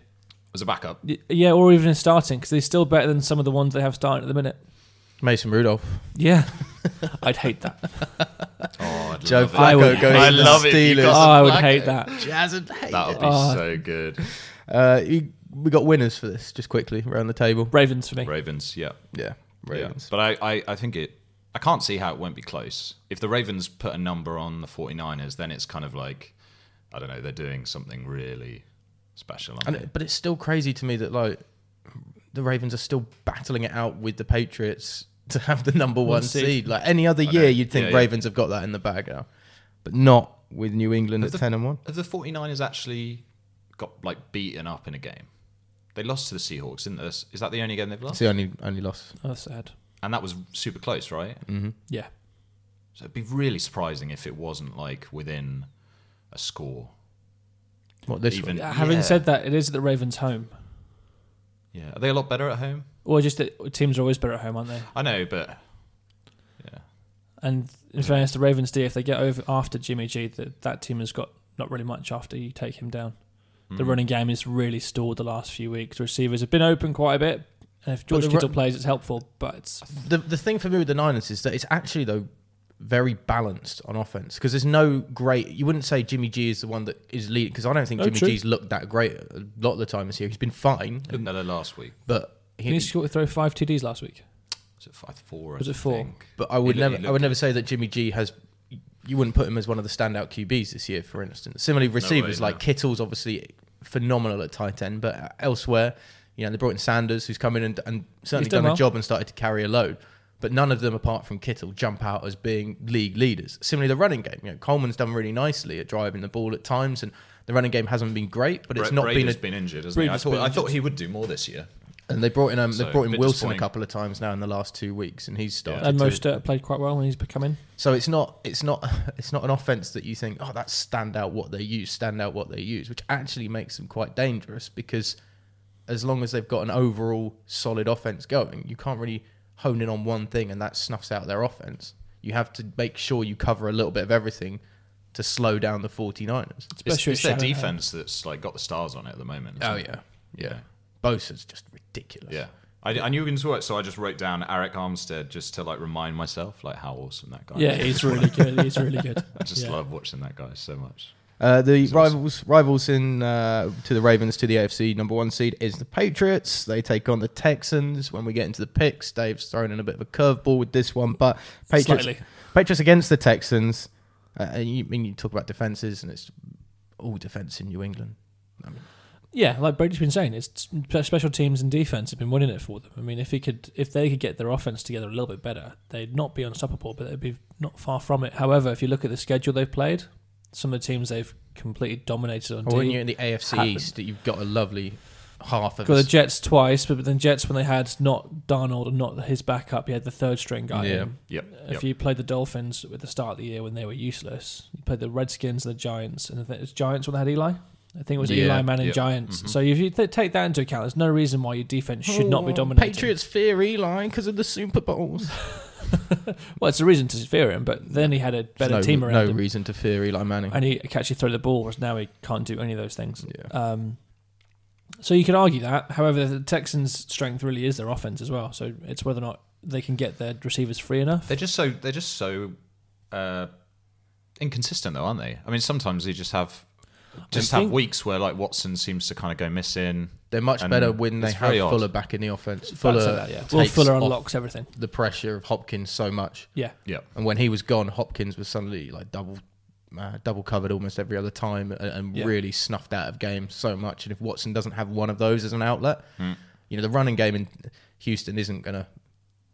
S3: as a backup.
S2: Y- Yeah, or even in starting because he's still better than some of the ones they have starting at the minute.
S1: Mason Rudolph.
S2: Yeah, [LAUGHS] I'd hate that.
S3: Oh, I'd
S1: Joe
S3: love it.
S2: I
S1: Flacco
S2: would-
S1: going
S3: I
S1: to the
S3: love it if
S1: Steelers.
S3: you
S2: Oh,
S3: got-
S2: I would
S3: Like
S2: hate
S3: it.
S2: that.
S1: Jazz and hate
S3: that would be
S2: Oh.
S3: so good.
S1: Uh, you, we got winners for this, just quickly around the table.
S2: Ravens for me.
S3: Ravens, yeah,
S1: Yeah, Ravens.
S3: Yeah. But I, I, I think it. I can't see how it won't be close. If the Ravens put a number on the 49ers, then it's kind of like, I don't know, they're doing something really special. aren't
S1: And
S3: they?
S1: it- but it's still crazy to me that like the Ravens are still battling it out with the Patriots [LAUGHS] to have the number one
S2: seed.
S1: seed. Like any other
S3: know.
S1: year, you'd think
S3: Yeah, yeah.
S1: Ravens have got that in the bag now, but not with New England at
S3: the-
S1: ten and one.
S3: Have the 49ers actually got like beaten up in a game? They lost to the Seahawks, didn't they? Is that the only game they've
S1: It's
S3: lost?
S1: the only only loss.
S2: Oh, that's sad.
S3: And that was super close, right?
S2: Mm. Yeah,
S3: So it'd be really surprising if it wasn't like within a score.
S1: What this
S3: Even-
S1: one?
S3: Yeah.
S2: Uh, Having said that, it is at the Ravens' home.
S3: Yeah. Are they a lot better at home?
S2: Or just that teams are always better at home, aren't they?
S3: I know, but yeah.
S2: And in fairness, the Ravens do if they get over after Jimmy G, that that team has got not really much after you take him down.
S3: Mm.
S2: The running game is really stalled the last few weeks. Receivers have been open quite a bit. And if George
S1: the
S2: Kittle
S1: ru-
S2: plays, it's helpful, but it's
S1: The the thing for me with the Niners is that it's actually though very balanced on offense because there's no great. You wouldn't say Jimmy G is the one that is leading because I don't think
S2: No,
S1: Jimmy
S2: true.
S1: G's looked that great a lot of the time this year. He's been fine,
S3: Didn't know that last week.
S1: but
S2: he
S1: he,
S2: needs to throw five TDs last week.
S3: Was it five, four?
S2: Was
S3: I
S2: it four?
S3: think.
S1: but I would
S3: He looked-
S1: never
S3: he
S1: I would
S3: looked-
S1: never say that Jimmy G has. You wouldn't put him as one of the standout QBs this year, for instance. Similarly, receivers
S3: no.
S1: like Kittle's obviously phenomenal at tight end, but elsewhere, you know, they brought in Sanders, who's come in and, and certainly
S2: done
S1: done a
S2: well.
S1: job and started to carry a load. But none of them, apart from Kittle, jump out as being league leaders. Similarly, the running game. You know, Coleman's done really nicely at driving the ball at times, and the running game hasn't been great, but it's
S3: Bra-
S1: not
S3: Brady's
S1: been a
S3: injured, hasn't he? I
S2: Brady's
S3: thought,
S2: been
S3: I thought
S2: injured.
S3: he would do more this year.
S1: And they brought in um,
S3: So,
S1: they brought
S3: a
S1: in
S3: bit
S1: Wilson a
S3: disappointing.
S1: couple of times now in the last two weeks, and he's started.
S2: And
S1: to-
S2: Mostert played quite well when he's become in.
S1: So it's not it's not [LAUGHS] it's not an offense that you think oh that's stand out what they use stand out what they use, which actually makes them quite dangerous because as long as they've got an overall solid offense going, you can't really hone in on one thing and that snuffs out their offense. You have to make sure you cover a little bit of everything to slow down the 49ers.
S3: It's,
S2: Especially Oh,
S3: it's their
S2: Shannon Allen.
S3: defense that's like got the stars on it at the moment. isn't it?
S1: Oh, yeah. Bosa's just ridiculous.
S3: yeah. I, I knew we can work, so I just wrote down Eric Armstead just to like remind myself like how awesome that guy.
S2: Yeah,
S3: is.
S2: he's really good. He's really [LAUGHS] good.
S3: I just
S2: yeah.
S3: love watching that guy so much.
S1: Uh, the
S3: awesome.
S1: rivals rivals in uh, to the Ravens to the AFC number one seed is the Patriots. They take on the Texans. When we get into the picks, Dave's thrown in a bit of a curveball with this one, but Patriots
S2: Slightly.
S1: Patriots against the Texans. Uh, and you I mean you talk about defenses, and it's all defense in New England. I mean,
S2: Yeah, like Brady's been saying, it's spe- special teams and defense have been winning it for them. I mean, if he could, if they could get their offense together a little bit better, they'd not be unstoppable, but they'd be not far from it. However, if you look at the schedule they've played, some of the teams they've completely dominated on.
S1: or when
S2: D-
S1: you're in the AFC
S2: happened.
S1: East, that you've got a lovely half of
S2: Got the
S1: us.
S2: Jets twice, but then Jets when they had not Darnold and not his backup, you had the third string guy.
S1: Yeah.
S2: in.
S3: Yep.
S2: If you played the Dolphins at the start of the year when they were useless, you played the Redskins and the Giants, and I think it was Giants when they had Eli. I think it was
S1: Yeah. Mm-hmm.
S2: Eli Manning
S3: Yep.
S2: Giants. So if you th- take that into account, there's no reason why your defense should not be
S1: Oh,
S2: dominating.
S1: Patriots fear Eli because of the Super Bowls.
S2: [LAUGHS] Well, it's a reason to fear him, but then he had a better
S1: no,
S2: team around
S1: no
S2: him,
S1: reason to fear Eli Manning.
S2: and he could actually throw the ball. Whereas now he can't do any of those things.
S1: yeah.
S2: Um, so you could argue that. However, the Texans' strength really is their offense as well. So it's whether or not they can get their receivers free enough.
S3: They're just so they're just so uh, inconsistent though, aren't they? I mean, sometimes they just have just have
S2: think-
S3: weeks where like Watson seems to kind of go missing.
S1: They're much
S3: And
S1: better when they
S3: it's
S1: have
S3: very odd.
S1: Fuller back in the offense. Fuller,
S2: That's about it, yeah. Will
S1: takes
S2: Fuller
S1: off
S2: unlocks everything.
S1: the pressure of Hopkins so much,
S2: Yeah,
S3: Yeah.
S1: and when he was gone, Hopkins was suddenly like double, uh, double covered almost every other time, and, and
S2: Yeah.
S1: really snuffed out of games so much. And if Watson doesn't have one of those as an outlet,
S3: Hmm.
S1: you know the running game in Houston isn't gonna.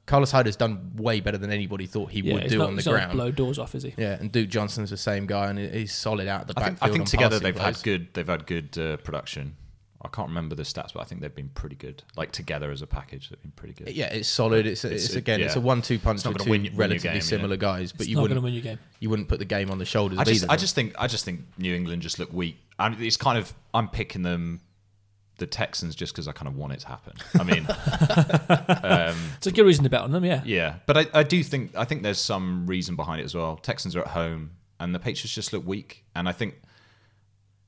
S1: Carlos Hyde has done way better than anybody thought he
S2: yeah.
S1: would
S2: he's
S1: do
S2: not,
S1: on the
S2: he's not gonna
S1: ground.
S2: blow doors off, is he?
S1: Yeah, and Duke Johnson's the same guy, and he's solid out of the
S3: I
S1: backfield.
S3: think, I think
S1: on
S3: together
S1: passing
S3: they've
S1: plays.
S3: had good they've had good uh, production. I can't remember the stats, but I think they've been pretty good. Like together as a package, they've been pretty good.
S1: Yeah, it's solid. It's, it's,
S3: It's- it-
S1: again, it's a
S3: yeah.
S1: one-two punch
S3: It's not
S1: with
S3: gonna
S1: two
S3: win you- win you
S1: relatively
S3: game, you know.
S1: similar guys, but
S2: It's
S1: you
S2: not going
S1: wouldn't
S2: to win your game.
S1: you wouldn't put the game on the shoulders
S3: I
S1: of
S3: just,
S1: either.
S3: I
S1: of them.
S3: just think, I just think New England just look weak, and it's kind of I'm picking them, the Texans, just because I kind of want it to happen. I mean,
S2: It's a good reason to bet on them. Yeah,
S3: yeah, but I, I do think I think there's some reason behind it as well. Texans are at home, and the Patriots just look weak, and I think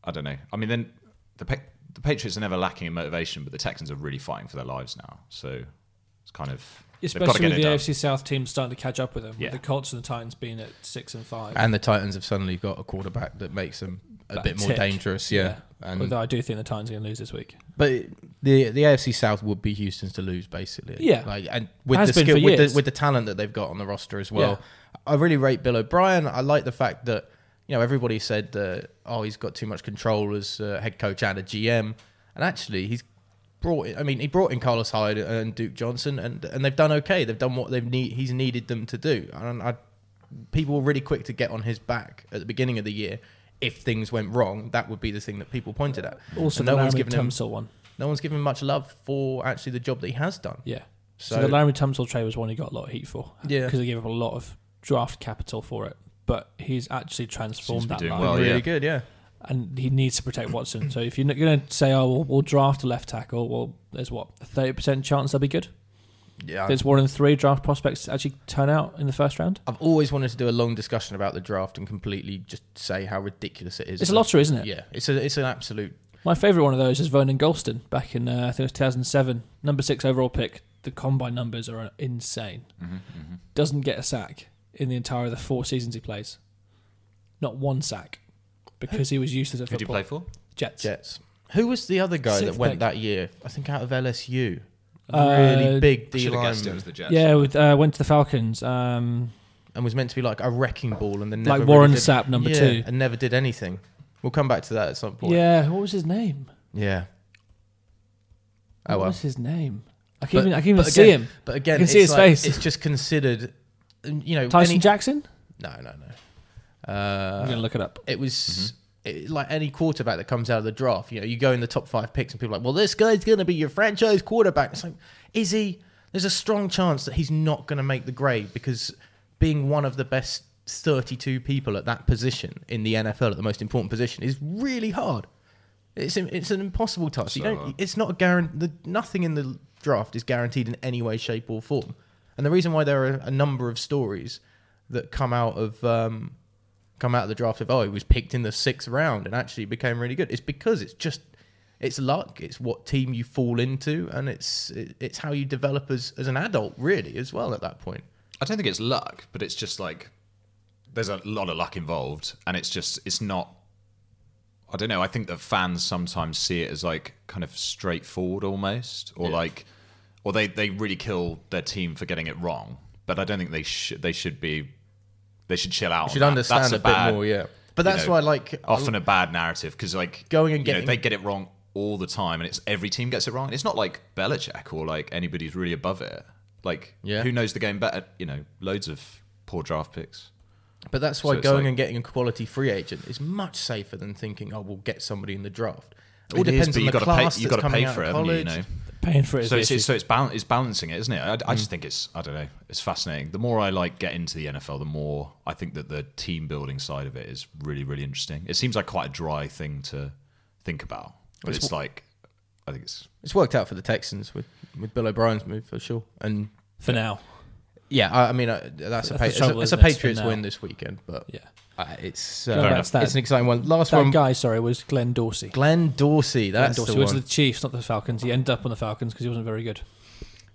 S3: I don't know. I mean, then the pa- the Patriots are never lacking in motivation, but the Texans are really fighting for their lives now, so it's kind of they've got to
S2: especially
S3: get
S2: with
S3: it
S2: the
S3: done.
S2: AFC South teams starting to catch up with them.
S3: Yeah.
S2: With the Colts and the Titans being at six and five.
S1: and the Titans have suddenly got a quarterback that makes them a
S2: That
S1: bit more
S2: tick.
S1: dangerous. Yeah, and
S2: Although I do think the Titans are going to lose this week.
S1: but the the AFC South would be Houston's to lose basically.
S2: Yeah.
S1: like and with
S2: Has
S1: the
S2: been
S1: skill,
S2: for
S1: with
S2: years.
S1: the, with the talent that they've got on the roster as well. I really rate Bill O'Brien. I like the fact that you know everybody said that oh he's got too much control as uh, head coach and a GM, and actually he's brought. In, I mean he brought in Carlos Hyde and Duke Johnson, and and they've done okay. They've done what they've need. He's needed them to do, and I people were really quick to get on his back at the beginning of the year. If things went wrong, that would be the thing that people pointed at.
S2: Also,
S1: And
S2: the
S1: no one's
S2: Laramie
S1: given him
S2: Tunsil one.
S1: no one's given him much love for actually the job that he has done.
S2: Yeah. So,
S1: So-
S2: the Laramie Tunsil trade was one he got a lot of heat for.
S1: Yeah.
S2: Because they gave up a lot of draft capital for it. But he's actually transformed
S3: Seems to be
S2: that
S3: doing
S2: line.
S3: well. Oh,
S1: really
S3: yeah.
S1: good, yeah.
S2: And he needs to protect Watson. so if you're going to say, oh, we'll, we'll draft a left tackle, well, there's what, a 30% chance they'll be good?
S1: Yeah,
S2: There's one in three draft prospects to actually turn out in the first round.
S1: I've always wanted to do a long discussion about the draft and completely just say how ridiculous it is.
S2: It's a lottery, isn't it?
S1: Yeah, it's a, it's an absolute.
S2: My favourite one of those is Vernon Golston back in uh, I think it was 2007, number six overall pick. The combine numbers are insane.
S3: Mm-hmm,
S2: Doesn't get a sack in the entire of the four seasons he plays. Not one sack because he was useless at
S3: Who do you
S2: football.
S3: play for?
S2: Jets.
S1: Jets. Who was the other guy
S2: Sixth
S1: that went
S2: pick.
S1: that year? I think out of LSU.
S2: Uh,
S1: really big D
S3: Should have guessed it
S1: lineman
S3: was the Jets.
S2: Yeah, with, uh, went to the Falcons. Um,
S1: and was meant to be like a wrecking ball, and then
S2: Like
S1: never
S2: Warren
S1: really did-
S2: Sapp, number
S1: Yeah,
S2: two.
S1: and never did anything. We'll come back to that at some point.
S2: yeah, what was his name?
S1: Yeah. Oh
S2: What
S1: well.
S2: was his name? I
S1: But-
S2: can't even, I can't even
S1: but
S2: see
S1: again-
S2: him.
S1: But again,
S2: You can
S1: it's
S2: see his
S1: like-
S2: face.
S1: It's just considered, you know,
S2: Tyson
S1: any-
S2: Jackson?
S1: No, no, no.
S2: I'm
S1: Uh,
S2: going to look it up.
S1: it
S3: Mm-hmm.
S1: was it, like any quarterback that comes out of the draft. You know, you go in the top five picks, and people are like, "Well, this guy's going to be your franchise quarterback." It's like, is he? There's a strong chance that he's not going to make the grade because being one of the best 32 people at that position in the NFL, at the most important position, is really hard. It's im- it's an impossible task. you
S3: So
S1: don't.
S3: hard.
S1: It's not a guarantee. Nothing in the draft is guaranteed in any way, shape, or form. And the reason why there are a number of stories that come out of um, come out of the draft of oh he was picked in the sixth round and actually became really good. It's because it's just it's luck. It's what team you fall into, and it's it, it's how you develop as as an adult really as well at that point.
S3: I don't think it's luck, but it's just like there's a lot of luck involved, and it's just it's not. I don't know. I think that fans sometimes see it as like kind of straightforward almost, or like, or they they really kill their team for getting it wrong. But I don't think they should. They should be. They should chill out.
S1: You should
S3: on that.
S1: understand
S3: That's
S1: a, bit
S3: bad-
S1: more, yeah. But that's
S3: know,
S1: why like
S3: often a bad narrative because like
S1: Going and
S3: you know,
S1: getting-
S3: they get it wrong all the time, and it's every team gets it wrong. And it's not like Belichick or like anybody's really above it. Like
S1: Yeah.
S3: who knows the game better? You know, loads of poor draft picks.
S1: But that's why
S3: So it's
S1: going
S3: like-
S1: and getting a quality free agent is much safer than thinking, oh, we'll get somebody in the draft. It all
S3: It is,
S1: depends
S3: but
S1: on
S3: you
S1: the
S3: gotta
S1: class
S3: pay,
S1: that's
S3: you got to
S1: coming
S3: pay
S1: out
S3: for
S1: of
S3: it, haven't you,
S1: college.
S3: you know.
S2: Paying for it. is
S3: So
S2: the
S3: it's,
S2: issue.
S3: it's so it's, bal- it's balancing it, isn't it? I, I
S1: Mm.
S3: just think it's I don't know. It's fascinating. The more I like get into the NFL, the more I think that the team building side of it is really really interesting. It seems like quite a dry thing to think about, but it's like I think it's
S1: It's worked out for the Texans with, with Bill O'Brien's move for sure. And
S2: for now.
S1: yeah, I, I mean, uh, that's,
S2: That's
S1: a,
S2: the
S1: pa- it's, a,
S2: trouble,
S1: it's a
S2: isn't it? It's for
S1: Patriots
S2: now.
S3: uh,
S1: win this weekend, but
S2: Yeah.
S1: uh, it's
S2: Go back
S1: uh,
S2: to that-
S1: it's an exciting one. Last
S2: That
S1: one,
S2: guy, sorry, was Glenn Dorsey.
S1: Glenn Dorsey.
S2: Glenn
S1: That's
S2: Dorsey
S1: the
S2: went
S1: one.
S2: to the Chiefs, not the Falcons. He ended up on the Falcons because he wasn't very good.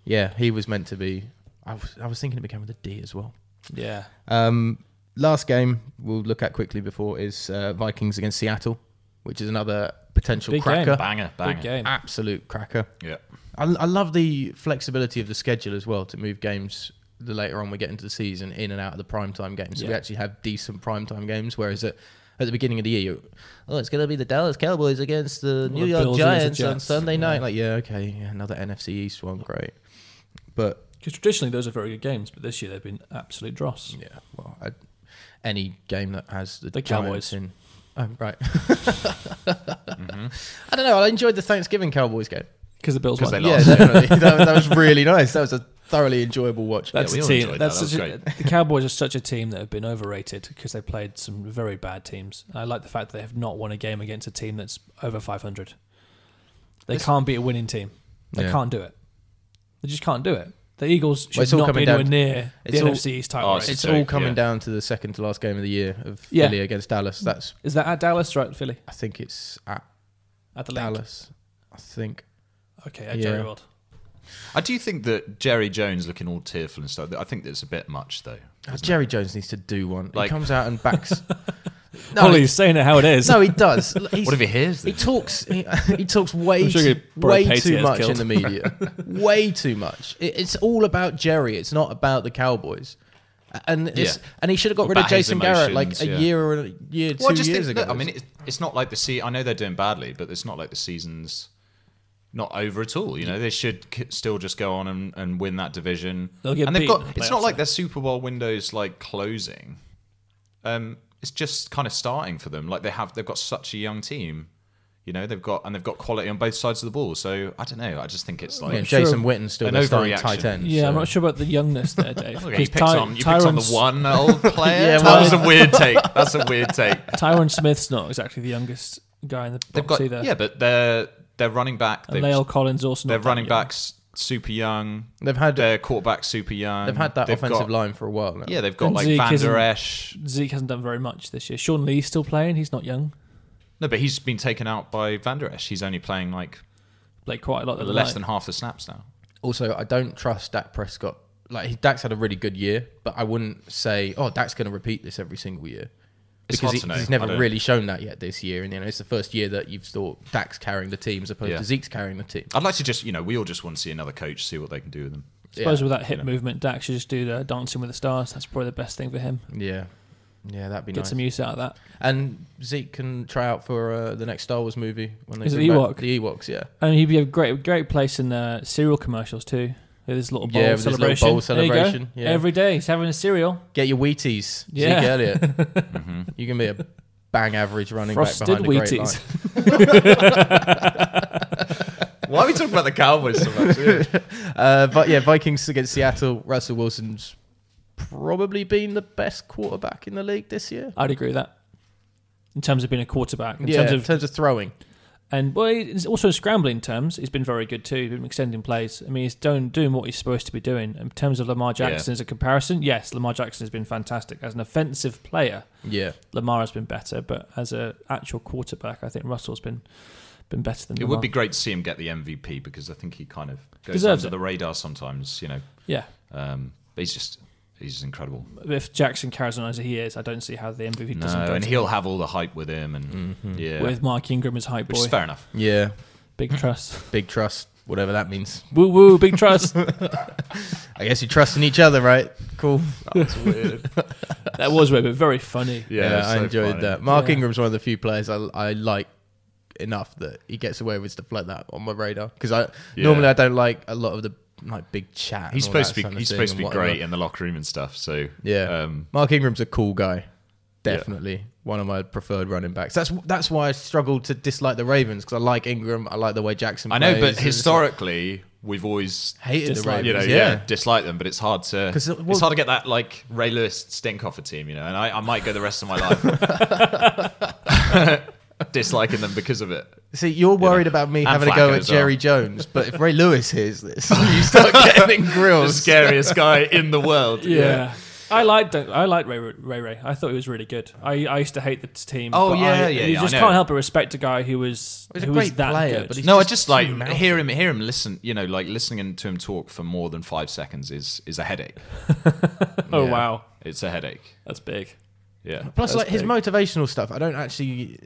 S1: yeah, he was meant to be. I was, I was thinking it became with a D as well.
S2: Yeah.
S1: Um, last game we'll look at quickly before is uh, Vikings against Seattle, which is another potential
S2: Big game.
S1: cracker.
S3: banger
S2: Big
S3: banger.
S2: game.
S1: Absolute cracker.
S3: Yeah.
S1: I, I love the flexibility of the schedule as well to move games the later on we get into the season in and out of the primetime games. So we
S2: Yeah.
S1: actually have decent primetime games, whereas at, at the beginning of the year, you oh, it's going to be the Dallas Cowboys against the New
S2: the
S1: York
S2: Bills against the
S1: Giants on
S2: Jets.
S1: Sunday
S2: Yeah.
S1: night. Like, yeah, okay, yeah, another NFC East one, great. But
S2: Because traditionally those are very good games, but this year they've been absolute dross.
S1: yeah, well, I, any game that has the,
S2: The
S1: Giants
S2: Cowboys. Mm-hmm.
S1: in. Oh,
S2: [LAUGHS]
S1: right. I don't know. I enjoyed the Thanksgiving Cowboys game.
S2: Because the Bills
S3: 'Cause
S2: won.
S3: they
S1: Yeah,
S3: lost.
S1: definitely. [LAUGHS] that, that was really nice. That was a thoroughly enjoyable watch.
S2: That's
S3: Yeah, we
S2: a
S3: all
S2: team.
S3: enjoyed that.
S2: That's
S3: That was
S2: such a- the Cowboys are such a team that have been overrated because they played some very bad teams. I like the fact that they have not won a game against a team that's over 500. They
S3: This-
S2: can't beat a winning team. They
S1: Yeah.
S2: can't do it. They just can't do it. The Eagles should
S1: it's all
S2: not be
S1: coming
S2: anywhere
S1: down-
S2: near the
S1: it's all-
S2: NFC East title
S3: Oh,
S2: race.
S1: It's
S3: So,
S1: all coming
S3: yeah. Mm.
S1: down to the second to last game of the year of
S2: Yeah.
S1: Philly against Dallas. That's
S2: Is that at Dallas or at Philly?
S1: I think it's at
S2: At the Link?
S1: Dallas. I think.
S2: Okay, at
S1: Yeah.
S2: Jerry World.
S3: I do think that Jerry Jones looking all tearful and stuff. I think that's a bit much though.
S1: Oh, Jerry Jones needs to do one.
S3: Like-
S1: he comes out and
S3: [LAUGHS]
S1: backs. no,
S2: Well, he's saying it how it is.
S1: no, he does. Look, he's-
S3: What if he hears
S1: he
S3: this?
S1: talks. He, he talks
S3: [LAUGHS]
S1: way
S2: I'm sure
S1: too,
S2: he'd probably
S1: way
S2: pay to
S1: too
S2: get
S1: much in
S2: killed.
S1: the media. way too much. It, it's all about Jerry. It's not about the Cowboys. And it's,
S3: Yeah.
S1: and he should have got rid of
S3: About his
S1: Jason Garrett like
S3: emotions,
S1: a
S3: yeah.
S1: year or a year two
S3: Well, I just
S1: years
S3: think,
S1: ago.
S3: look, I mean, it's, it's not like the sea. I know they're doing badly, but it's not like the season's not over at all. You know, they should k- still just go on and, and win that division.
S2: They'll get
S3: and they've
S2: beaten
S3: got.
S2: in the
S3: It's not
S2: playoffs,
S3: like
S2: though.
S3: their Super Bowl windows like closing. Um, it's just kind of starting for them. Like they have, they've got such a young team. You know, they've got and they've got quality on both sides of the ball. So I don't know. I just think it's like
S1: yeah,
S2: sure-
S1: Jason Witten's still
S3: An
S1: their starting
S3: overreaction.
S1: tight end.
S2: Yeah, I'm
S1: so-
S2: not sure about the youngness there,
S3: [LAUGHS]
S2: Dave.
S3: Okay, you
S2: 'Cause
S3: picked
S2: Ty-
S3: on you picked on the
S2: Tyron's- [LAUGHS]
S3: one old player.
S1: Yeah,
S3: that was
S1: well-
S3: a weird take. That's a weird take.
S2: Tyron Smith's not exactly the youngest guy in the
S3: They've
S2: box
S3: got
S2: either.
S3: yeah, but they're they're running back.
S2: and
S3: they've-
S2: Lale Collins also.
S3: Their
S2: Not that
S3: running
S2: young.
S3: backs super young.
S1: They've had
S3: Their quarterback super young.
S1: they've had that
S3: Um, They've
S1: offensive
S3: got-
S1: line for a while now.
S3: Yeah, they've got
S2: And
S3: like
S2: Zeke
S3: Van
S2: isn't-
S3: Der Esch.
S2: Zeke hasn't done very much this year. Sean Lee's still playing. He's not young.
S3: No, but he's been taken out by Van Der Esch. He's only playing like
S2: Played quite a lot. the other
S3: less
S2: night.
S3: than half the snaps now.
S1: Also, I don't trust Dak Prescott. Like he- Dak's had a really good year, but I wouldn't say, oh, Dak's going to repeat this every single year.
S3: It's
S1: Because
S3: hard to know.
S1: he's
S3: I
S1: never
S3: don't-
S1: really shown that yet this year, and you know it's the first year that you've thought Dak's carrying the team as opposed
S3: Yeah.
S1: to Zeke's carrying the team.
S3: I'd like to just, you know, we all just want to see another coach, see what they can do with them.
S2: suppose
S1: yeah.
S2: with that hip movement, Dak should just do the Dancing with the Stars. That's probably the best thing for him.
S1: yeah, yeah, that'd be
S2: Get
S1: nice.
S2: some use out of that.
S1: And Zeke can try out for uh, the next Star Wars movie when they
S2: Is it
S1: bring back
S2: Ewok?
S1: the Ewoks, yeah.
S2: And he'd be a great, great place in uh, cereal commercials too. With his little bowl
S1: Yeah, with his little
S2: celebration.
S1: bowl
S2: There you
S1: celebration,
S2: go.
S1: yeah.
S2: Every day he's having a cereal.
S1: Get your Wheaties,
S2: Yeah.
S1: Zeke
S3: [LAUGHS]
S1: Elliott. You can be a bang average running
S2: Frosted
S1: back behind a great
S2: Wheaties.
S1: line.
S3: [LAUGHS] Why are we talking about the Cowboys so much?
S1: Uh, but yeah, Vikings against Seattle. Russell Wilson's probably been the best quarterback in the league this year.
S2: [LAUGHS] I'd agree with that. In terms of being a quarterback, in
S1: yeah,
S2: terms
S1: in
S2: of
S1: terms of throwing.
S2: and well, he's also scrambling terms, he's been very good too. He's been extending plays. I mean, he's doing doing what he's supposed to be doing. In terms of Lamar Jackson as a comparison, yes, Lamar Jackson has been fantastic as an offensive player.
S1: Yeah.
S2: Lamar has been better, but as a actual quarterback, I think Russell's been been better than
S3: It
S2: Lamar.
S3: would be great to see him get the MVP because I think he kind of goes
S2: Deserves
S3: under
S2: it.
S3: the radar sometimes, you know.
S2: yeah.
S3: Um, but he's just he's just incredible.
S2: If Jackson carries on as he is, I don't see how the MVP
S3: No,
S2: doesn't. go
S3: and
S2: to-
S3: he'll have all the hype with him, and
S1: Mm-hmm.
S3: yeah,
S2: with Mark Ingram as hype
S3: which
S2: boy,
S3: is fair enough.
S1: Yeah.
S3: [LAUGHS]
S2: big trust.
S1: Big trust, whatever that means.
S2: woo woo, big trust.
S1: I guess you trust in each other, right? Cool.
S2: that was weird, but very
S3: [LAUGHS]
S2: funny.
S1: Yeah, I enjoyed that. Mark
S2: Yeah.
S1: Ingram's one of the few players I, I like enough that he gets away with stuff like that on my radar because I
S3: Yeah.
S1: normally I don't like a lot of the like big chat. and
S3: He's
S1: all
S3: supposed
S1: that
S3: to
S1: kind
S3: be
S1: of
S3: he's
S1: thing
S3: supposed to
S1: and
S3: be
S1: whatever.
S3: great in the locker room and stuff. So
S1: Yeah.
S3: um,
S1: Mark Ingram's a cool guy. Definitely one of my preferred running backs. That's that's why I struggled to dislike the Ravens because I like Ingram. I like the way Jackson.
S3: I know,
S1: plays,
S3: but
S1: and it's
S3: historically we've always
S1: like, hated the
S2: Dislike.
S1: Ravens.
S3: you know yeah.
S1: yeah.
S3: dislike them, but it's hard to
S1: 'Cause, well-
S3: it's hard to get that like Ray Lewis stink off a team, you know. And I, I might go the rest of my life
S1: [LAUGHS]
S3: [LAUGHS] disliking them because of it.
S1: See, you're worried about me
S3: And
S1: having a go
S3: Flacco
S1: at
S3: as well.
S1: Jerry Jones, but if Ray Lewis hears
S3: [LAUGHS]
S1: this, you start getting
S3: The
S1: grills.
S3: scariest guy in
S1: [LAUGHS]
S3: the world.
S2: Yeah. I liked I liked Ray Ray Ray. I thought he was really good. I, I used to hate the team.
S3: Oh,
S2: but
S3: yeah,
S2: I,
S3: yeah,
S2: You
S3: yeah, I
S2: just
S3: know.
S2: can't help but respect a guy who was
S1: He's a
S2: who was
S1: great
S2: that
S1: player,
S2: good.
S1: but he's-
S3: no, I
S1: just
S3: just
S1: too
S3: like
S1: mouthy.
S3: hear him, hear him listen. You know, like listening to him talk for more than five seconds is is a headache.
S2: oh
S1: yeah.
S2: wow,
S3: It's a headache.
S2: that's big.
S3: Yeah,
S1: Plus,
S2: That's
S1: like his
S2: big.
S1: motivational stuff, I don't actually.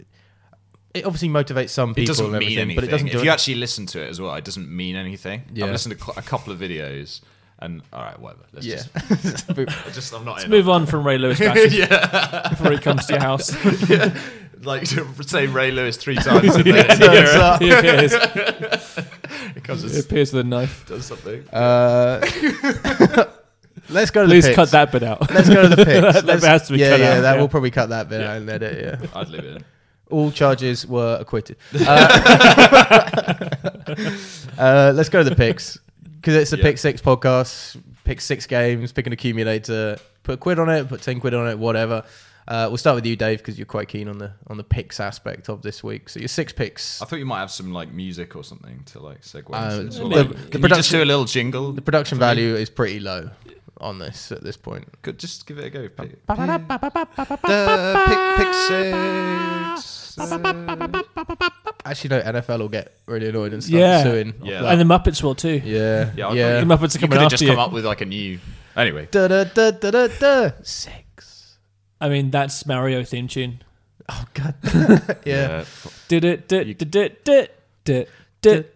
S1: It obviously motivates some people.
S3: it doesn't
S1: and
S3: mean
S1: everything,
S3: anything.
S1: but it doesn't do
S3: if you
S1: it-
S3: actually listen to it as well, it doesn't mean anything.
S1: Yeah.
S3: I've listened to cl- a couple of videos, and all right, whatever. Let's
S1: Yeah,
S3: just,
S1: But
S3: I just I'm not
S2: Let's
S3: in.
S2: move on from Ray
S3: [LAUGHS]
S1: [LAUGHS]
S2: Lewis bashes before he comes to your house. [LAUGHS]
S3: it. Like say Ray Lewis three
S1: [LAUGHS]
S3: times, and then
S1: turns up.
S2: he
S3: [LAUGHS]
S2: appears.
S3: it comes
S2: He
S3: and
S2: appears with a knife.
S3: does something.
S1: Uh,
S3: [LAUGHS]
S1: [LAUGHS] let's go to
S2: Please
S1: the picks.
S2: cut that bit out.
S1: Let's go to the
S2: [LAUGHS]
S1: picks.
S2: That
S1: Let's-
S2: bit has to be
S1: yeah,
S2: cut
S1: yeah,
S2: out,
S1: that
S2: yeah.
S1: will probably cut that bit
S3: Yeah.
S1: out and let it. Yeah,
S3: I'd leave it. In.
S1: all charges were
S2: [LAUGHS]
S1: acquitted. Uh, [LAUGHS] uh, let's go to the picks because it's a
S3: Yeah.
S1: pick six podcast. Pick six games, pick an accumulator, put a quid on it, put ten quid on it, whatever. Uh, we'll start with you, Dave, because you're quite keen on the on the picks aspect of this week. So your six picks.
S3: I thought you might have some like music or something to like segue
S1: Uh,
S3: into this.
S1: the-
S3: Or, like,
S1: the
S3: can you just
S1: production-
S3: do a little jingle?
S1: The production value is pretty low on this at this point.
S3: Good, Just give it a go. Pete.
S1: Actually, no, NFL will get really annoyed and start
S2: Yeah.
S1: suing.
S3: Yeah.
S2: And the Muppets will too.
S1: Yeah,
S3: Yeah,
S1: yeah,
S3: I'll
S2: The
S1: yeah.
S2: Muppets are
S3: You could
S2: coming
S3: have
S2: after
S3: just
S2: you.
S3: come up with like a new. Anyway,
S1: Da, da, da, da, da, da. Six.
S2: I mean, that's Mario theme tune.
S1: Oh god. yeah.
S2: Did it? Did did did did did did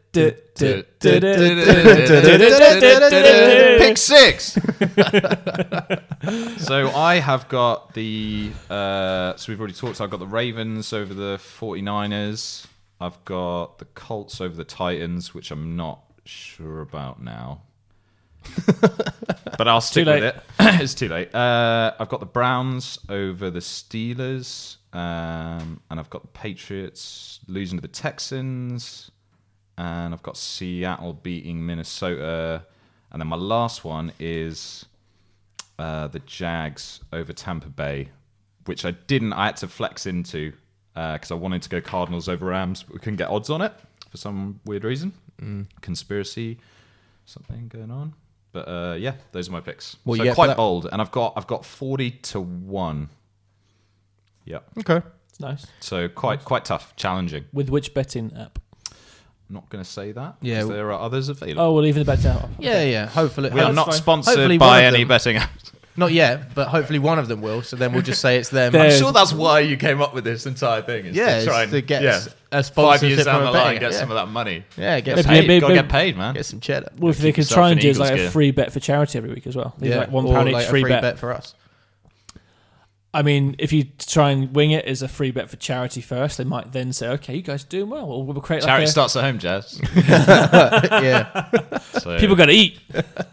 S2: did did did
S3: Pick six. so I have got the. Uh, so we've already talked. I've got the Ravens over the 49ers. I've got the Colts over the Titans, which I'm not sure about now. but I'll stick
S2: Too
S3: with
S2: late.
S3: it. it's too late. Uh, I've got the Browns over the Steelers, um, and I've got the Patriots losing to the Texans, and I've got Seattle beating Minnesota, and then my last one is uh, the Jags over Tampa Bay, which I didn't. I had to flex into because I wanted to go
S1: Mm.
S3: Cardinals over Rams, but we couldn't get odds on it for some weird reason. Conspiracy.
S4: something going on. But uh, yeah, those are my picks.
S1: Well,
S4: so
S1: yeah, for
S4: quite
S1: that-
S4: bold, and I've got I've got forty to one. Yeah,
S1: Okay.
S2: It's nice.
S4: so quite quite tough, challenging.
S2: With which betting app?
S4: Not going to say that. 'cause
S1: Yeah.
S4: there are others available.
S2: Oh, we'll leave the betting app.
S1: Yeah, yeah. Hopefully,
S4: we are
S1: hopefully-
S4: not
S1: hopefully
S4: sponsored
S1: one
S4: by
S1: of
S4: any
S1: them-
S4: betting apps.
S1: Not yet, but hopefully one of them will. So then we'll just say it's them.
S2: [LAUGHS] There-
S4: I'm sure that's why you came up with this entire thing. Is
S1: yeah,
S4: to try
S1: it's
S4: and
S1: to get
S4: yeah,
S1: a
S4: five
S1: sponsorship
S4: years down
S1: from
S4: the
S1: a
S4: line,
S1: betting
S4: get
S1: app,
S4: some of that money.
S1: yeah. yeah, get
S4: Get
S1: some,
S2: Maybe-
S4: paid.
S2: maybe-
S4: Gotta
S2: maybe-
S4: get paid, man.
S1: get some cheddar.
S2: [LAUGHS] Well, if they
S4: keep
S2: could
S4: yourself
S2: try
S4: in
S2: and do is
S4: Eagles
S2: like a
S4: gear.
S2: free bet for charity every week as well. Leave
S1: yeah,
S2: like one
S1: or
S2: pound
S1: like
S2: each
S1: a
S2: free, bet.
S1: for
S2: [LAUGHS]
S1: us.
S2: I mean, if you try and wing it as a free bet for charity first, they might then say, "Okay, you guys are doing well. We'll, we'll create
S4: Charity
S2: like a,
S4: starts at home,
S1: [LAUGHS]
S4: Jazz.
S1: yeah.
S4: So,
S2: people got to eat."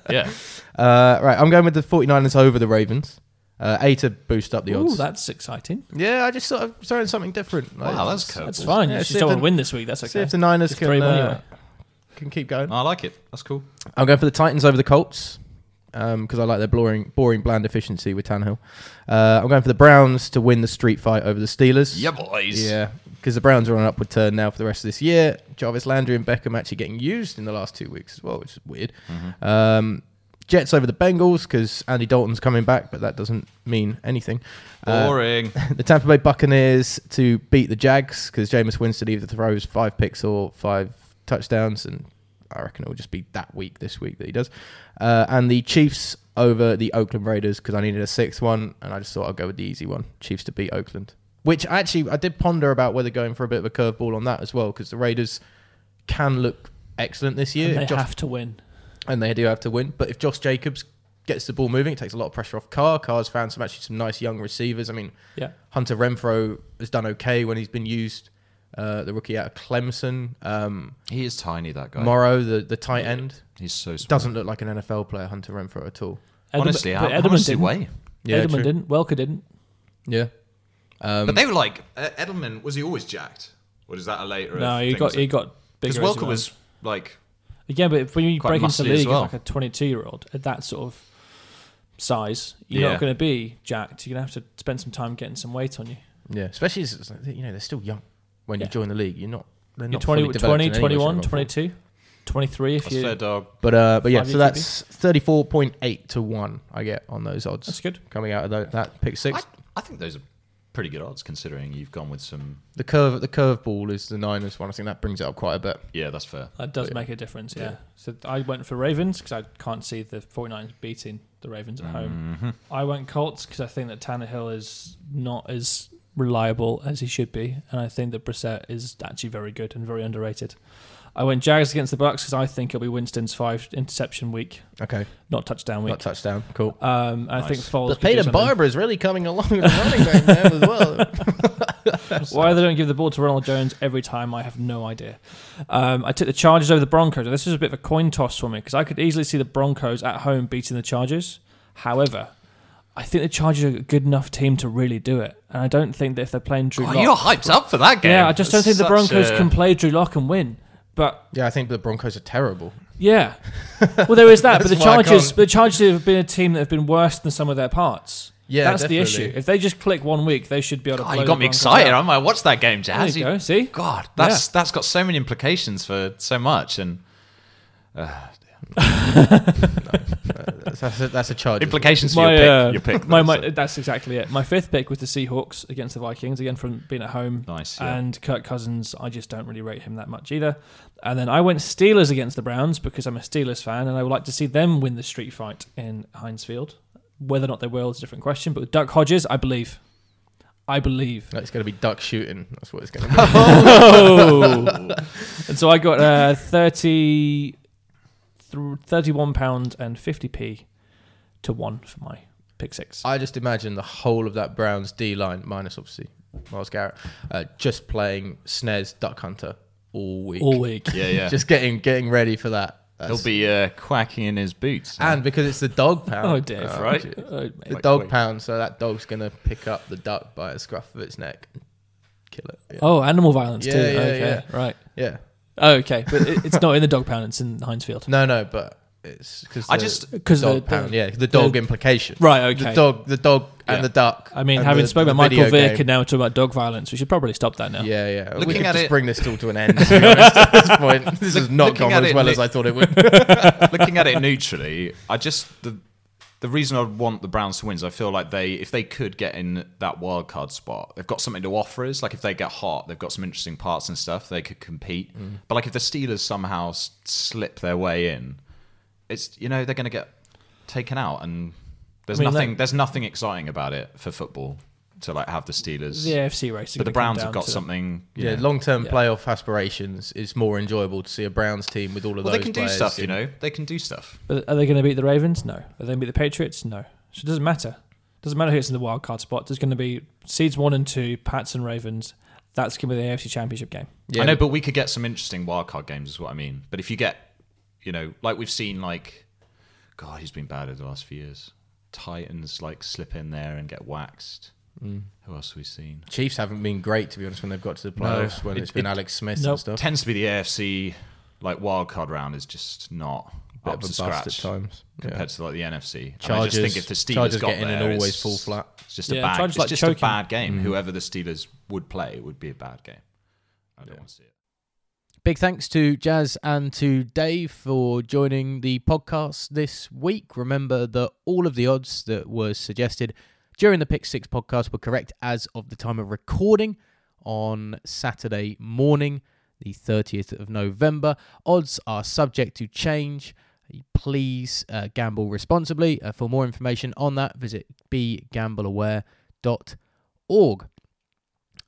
S4: yeah.
S1: Uh, right, I'm going with the 49ers over the Ravens. Uh, A to boost up the
S2: Ooh,
S1: odds.
S2: that's exciting.
S1: yeah, I just sort of throwing something different. Like,
S4: Wow, that's
S1: just
S4: cool.
S2: That's fine.
S1: Yeah,
S2: you
S1: see
S2: just
S1: if
S2: don't want
S1: the-
S2: to win this week. That's okay.
S1: See if the Niners
S2: Just
S1: can
S2: throw him
S1: uh,
S2: anyway.
S1: can keep going.
S4: I like it. That's cool.
S1: I'm going for the Titans over the Colts because I like their boring, boring, bland efficiency with Tannehill. Uh, I'm going for the Browns to win the street fight over the Steelers.
S4: Yeah, boys.
S1: Yeah, because the Browns are on an upward turn now for the rest of this year. Jarvis Landry and Beckham actually getting used in the last two weeks as well, which is weird. Um, Jets over the Bengals because Andy Dalton's coming back, but that doesn't mean anything. Uh,
S4: Boring.
S1: the Tampa Bay Buccaneers to beat the Jags because Jameis Winston either throws five picks or five touchdowns, and I reckon it will just be that week this week that he does. Uh, and the Chiefs over the Oakland Raiders because I needed a sixth one, and I just thought I'd go with the easy one: Chiefs to beat Oakland. Which actually I did ponder about whether going for a bit of a curveball on that as well because the Raiders can look excellent this year,
S2: And they
S1: If Josh-
S2: have to win.
S1: and they do have to win. But if Josh Jacobs gets the ball moving, it takes a lot of pressure off Carr. Carr's found some actually some nice young receivers. I mean.
S2: Yeah.
S1: Hunter Renfro has done okay when he's been used. Uh, the rookie out of Clemson, um,
S4: He is tiny, that guy.
S1: Morrow, the, the tight end,
S4: He's so small.
S1: doesn't look like an NFL player, Hunter Renfro at all.
S2: Edelman-
S4: honestly,
S2: but
S4: how,
S2: Edelman
S4: how does he
S2: didn't.
S4: weigh?
S1: Yeah,
S2: Edelman
S1: true.
S2: didn't. Welker didn't.
S1: Yeah, Um,
S4: but they were like uh, Edelman. Was he always jacked? Or is that a later?
S2: No, he got he got bigger.
S4: because
S2: as
S4: Welker
S2: well.
S4: was like
S2: Yeah, but if when you
S4: Quite
S2: break into the
S4: muscly as
S2: league
S4: well.
S2: as like a 22 year old at that sort of size, you're
S4: Yeah.
S2: not going to be jacked. You're going to have to spend some time getting some weight on you.
S1: yeah. Especially as, as, you know they're still young when
S2: Yeah.
S1: you join the league. You're not they're
S2: You're
S1: not
S2: 20,
S1: fully developed
S2: 20
S1: in any way, shape,
S2: 21,
S1: or form.
S2: 22, 23 if
S4: that's
S2: you.
S4: fair dog.
S1: But uh, but yeah,
S2: Five
S1: so
S2: year
S1: that's thirty four point eight to one I get on those odds.
S2: That's good.
S1: Coming out of tho- that pick six,
S4: I, I think those are pretty good odds considering you've gone with some.
S1: the curve the curveball is the Niners one. I think that brings it up quite a bit.
S4: Yeah, that's fair.
S2: That does
S1: Yeah.
S2: make a difference, yeah.
S1: Yeah.
S2: So I went for Ravens because I can't see the 49ers beating the Ravens at home. I went Colts because I think that Tannehill is not as reliable as he should be, and I think that Brissett is actually very good and very underrated. I went Jags against the Bucks because I think it'll be Winston's five interception week,
S1: Okay,
S2: not touchdown week.
S1: not touchdown. Cool.
S2: um, I think
S4: Nice.
S2: Foles.
S1: But
S2: could do
S1: Peyton
S2: something.
S1: Barber is really coming along with the running back now as well.
S2: Why they don't give the ball to Ronald Jones every time, I have no idea. Um, I took the Chargers over the Broncos. This was a bit of a coin toss for me because I could easily see the Broncos at home beating the Chargers. However, I think the Chargers are a good enough team to really do it, and I don't think that if they're playing Drew
S4: Oh,
S2: Lock,
S4: you're hyped up for that game.
S2: yeah, I just don't
S4: That's
S2: think the
S4: such
S2: Broncos
S4: a-
S2: can play Drew Lock and win. But
S1: [LAUGHS] Yeah, I think the Broncos are terrible.
S4: [LAUGHS]
S2: yeah, well there is that. but the
S1: That's why I
S2: Chargers,
S1: can't-
S2: the Chargers have been a team that have been worse than some of their parts.
S1: Yeah,
S2: that's the
S1: definitely.
S2: issue. If they just click one week, they should be able to.
S4: Oh,
S2: blow
S4: you
S2: the
S4: got me
S2: Broncos
S4: excited.
S2: out.
S4: I might watch that game,
S2: There
S4: Jazz.
S2: you go. See,
S4: God, that's that's got so many implications for so much and
S1: That's, that's a, that's a charge.
S4: implications for
S2: my,
S4: your pick.
S2: uh,
S4: your pick.
S2: my,
S4: though,
S2: my,
S4: so.
S2: that's exactly it. My fifth pick was the Seahawks against the Vikings again from being at home.
S4: Nice, yeah.
S2: And Kirk Cousins, I just don't really rate him that much either. And then I went Steelers against the Browns because I'm a Steelers fan and I would like to see them win the street fight in Heinz Field. Whether or not they will is a different question. But with Duck Hodges, I believe.
S4: [LAUGHS]
S2: I believe.
S1: It's going to be duck shooting. That's what it's going to
S2: Oh. and so I got uh, 30, th- 31 pound and 50p to one for my pick six.
S1: be. I just imagine the whole of that Browns D line, minus obviously Miles Garrett, uh, just playing Snares Duck Hunter all week.
S2: all week.
S4: yeah, yeah.
S2: [LAUGHS]
S1: Just getting getting ready for that. That's-
S4: He'll be uh, quacking in his boots.
S1: and because it's the dog pound.
S2: Oh, Dave,
S4: right?
S1: gee.
S2: Oh, mate.
S1: The
S4: Like,
S1: dog
S4: wait.
S1: pound, so that dog's going to pick up the duck by the scruff of its neck and kill it. Yeah.
S2: Oh, animal violence too.
S1: Yeah, yeah,
S2: okay, right.
S1: yeah. [LAUGHS]
S2: Oh, okay, but it, it's not in the dog pound. It's in Hinesfield.
S1: No, no, but It's because
S5: I just-
S2: 'Cause the-
S1: dog pound, yeah, the dog implication,
S2: Right,
S1: The
S2: okay.
S1: dog, the dog, and
S5: Yeah.
S1: the duck.
S2: I mean,
S1: and
S2: having
S1: the-
S2: spoken
S1: the
S2: about Michael
S1: video
S2: Vick
S1: game.
S2: and now we're talking about dog violence, we should probably stop that now.
S1: Yeah, yeah. we
S5: Looking
S1: could
S5: at
S1: just
S5: it-
S1: bring this all to an
S2: [LAUGHS]
S1: end. To be honest, at this
S3: [LAUGHS]
S1: point, this has not
S5: looking
S1: gone
S5: at
S1: as
S5: it
S1: well
S5: lit-
S1: as I thought it
S2: [LAUGHS]
S1: would.
S3: looking at it neutrally, I just the the reason I want the Browns to win is I feel like they if they could get in that wild card spot, they've got something to offer us. Like if they get hot, they've got some interesting parts and stuff. They could compete.
S2: Mm.
S3: But like if the Steelers somehow s- slip their way in, it's you know they're going to get taken out and there's
S2: I mean,
S3: nothing
S2: that-
S3: there's nothing exciting about it for football to like have the Steelers.
S2: The AFC race. is gonna
S3: But the
S2: come
S3: Browns
S2: down
S3: have got
S2: to-
S3: something.
S1: Yeah,
S3: yeah.
S1: long term
S2: Yeah.
S1: playoff aspirations is more enjoyable to see a Browns team with all of
S3: well,
S1: those.
S3: they can do
S1: players
S3: stuff, you
S1: in-
S3: know. They can do stuff.
S2: But Are they going to beat the Ravens? No. Are they going to beat the Patriots? No. So it doesn't matter. Doesn't matter who gets in the wild card spot. There's going to be seeds one and two, Pats and Ravens. That's going to be the AFC Championship game.
S1: Yeah,
S3: I know, but we could get some interesting wildcard games, is what I mean. But if you get, you know, like we've seen, like, God, he's been bad over the last few years. Titans, like, slip in there and get waxed. Who else have we seen?
S1: Mm. Chiefs haven't been great to be honest when they've got to the playoffs when
S3: It-
S1: it's been
S3: it-
S1: Alex Smith
S2: Nope.
S1: and stuff.
S3: Tends to be the AFC, like, wildcard round is just not
S1: Bit
S3: up
S1: of a
S3: to
S1: bust
S3: scratch
S1: at times. Yeah.
S3: compared to, like, the NFC. And I
S1: Chargers,
S3: just think if the Steelers
S1: Chargers
S3: got
S1: get in
S3: there,
S1: and always
S3: it's-
S1: fall flat. Mm.
S3: It's just,
S2: Yeah,
S3: a, bad,
S2: Chargers
S3: it's
S2: like
S3: just
S2: choking.
S3: a bad game. Whoever the Steelers would play, it would be a bad game. I don't want to see it.
S1: Big thanks to Jazz and to Dave for joining the podcast this week. Remember that all of the odds that were suggested during the Pick Six podcast were correct as of the time of recording on Saturday morning, the 30th of November. Odds are subject to change. Please uh, gamble responsibly. Uh, for more information on that, visit begambleaware.org.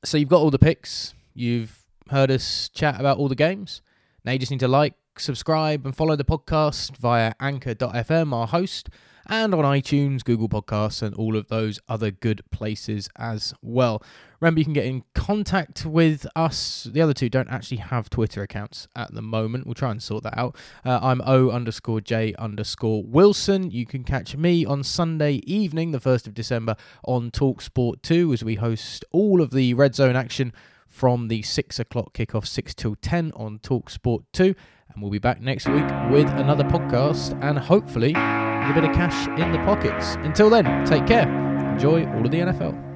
S1: So you've got all the picks. You've heard us chat about all the games. Now you just need to like, subscribe, and follow the podcast via anchor.fm, our host, and on iTunes, Google Podcasts, and all of those other good places as well. Remember, you can get in contact with us. The other two don't actually have Twitter accounts at the moment. We'll try and sort that out. Uh, I'm O underscore J underscore Wilson. You can catch me on Sunday evening, the 1st of December, on Talksport 2 as we host all of the red zone action from the 6 o'clock kickoff, 6 till 10 on Talksport 2. And we'll be back next week with another podcast and hopefully with a bit of cash in the pockets. Until then, take care. Enjoy all of the NFL.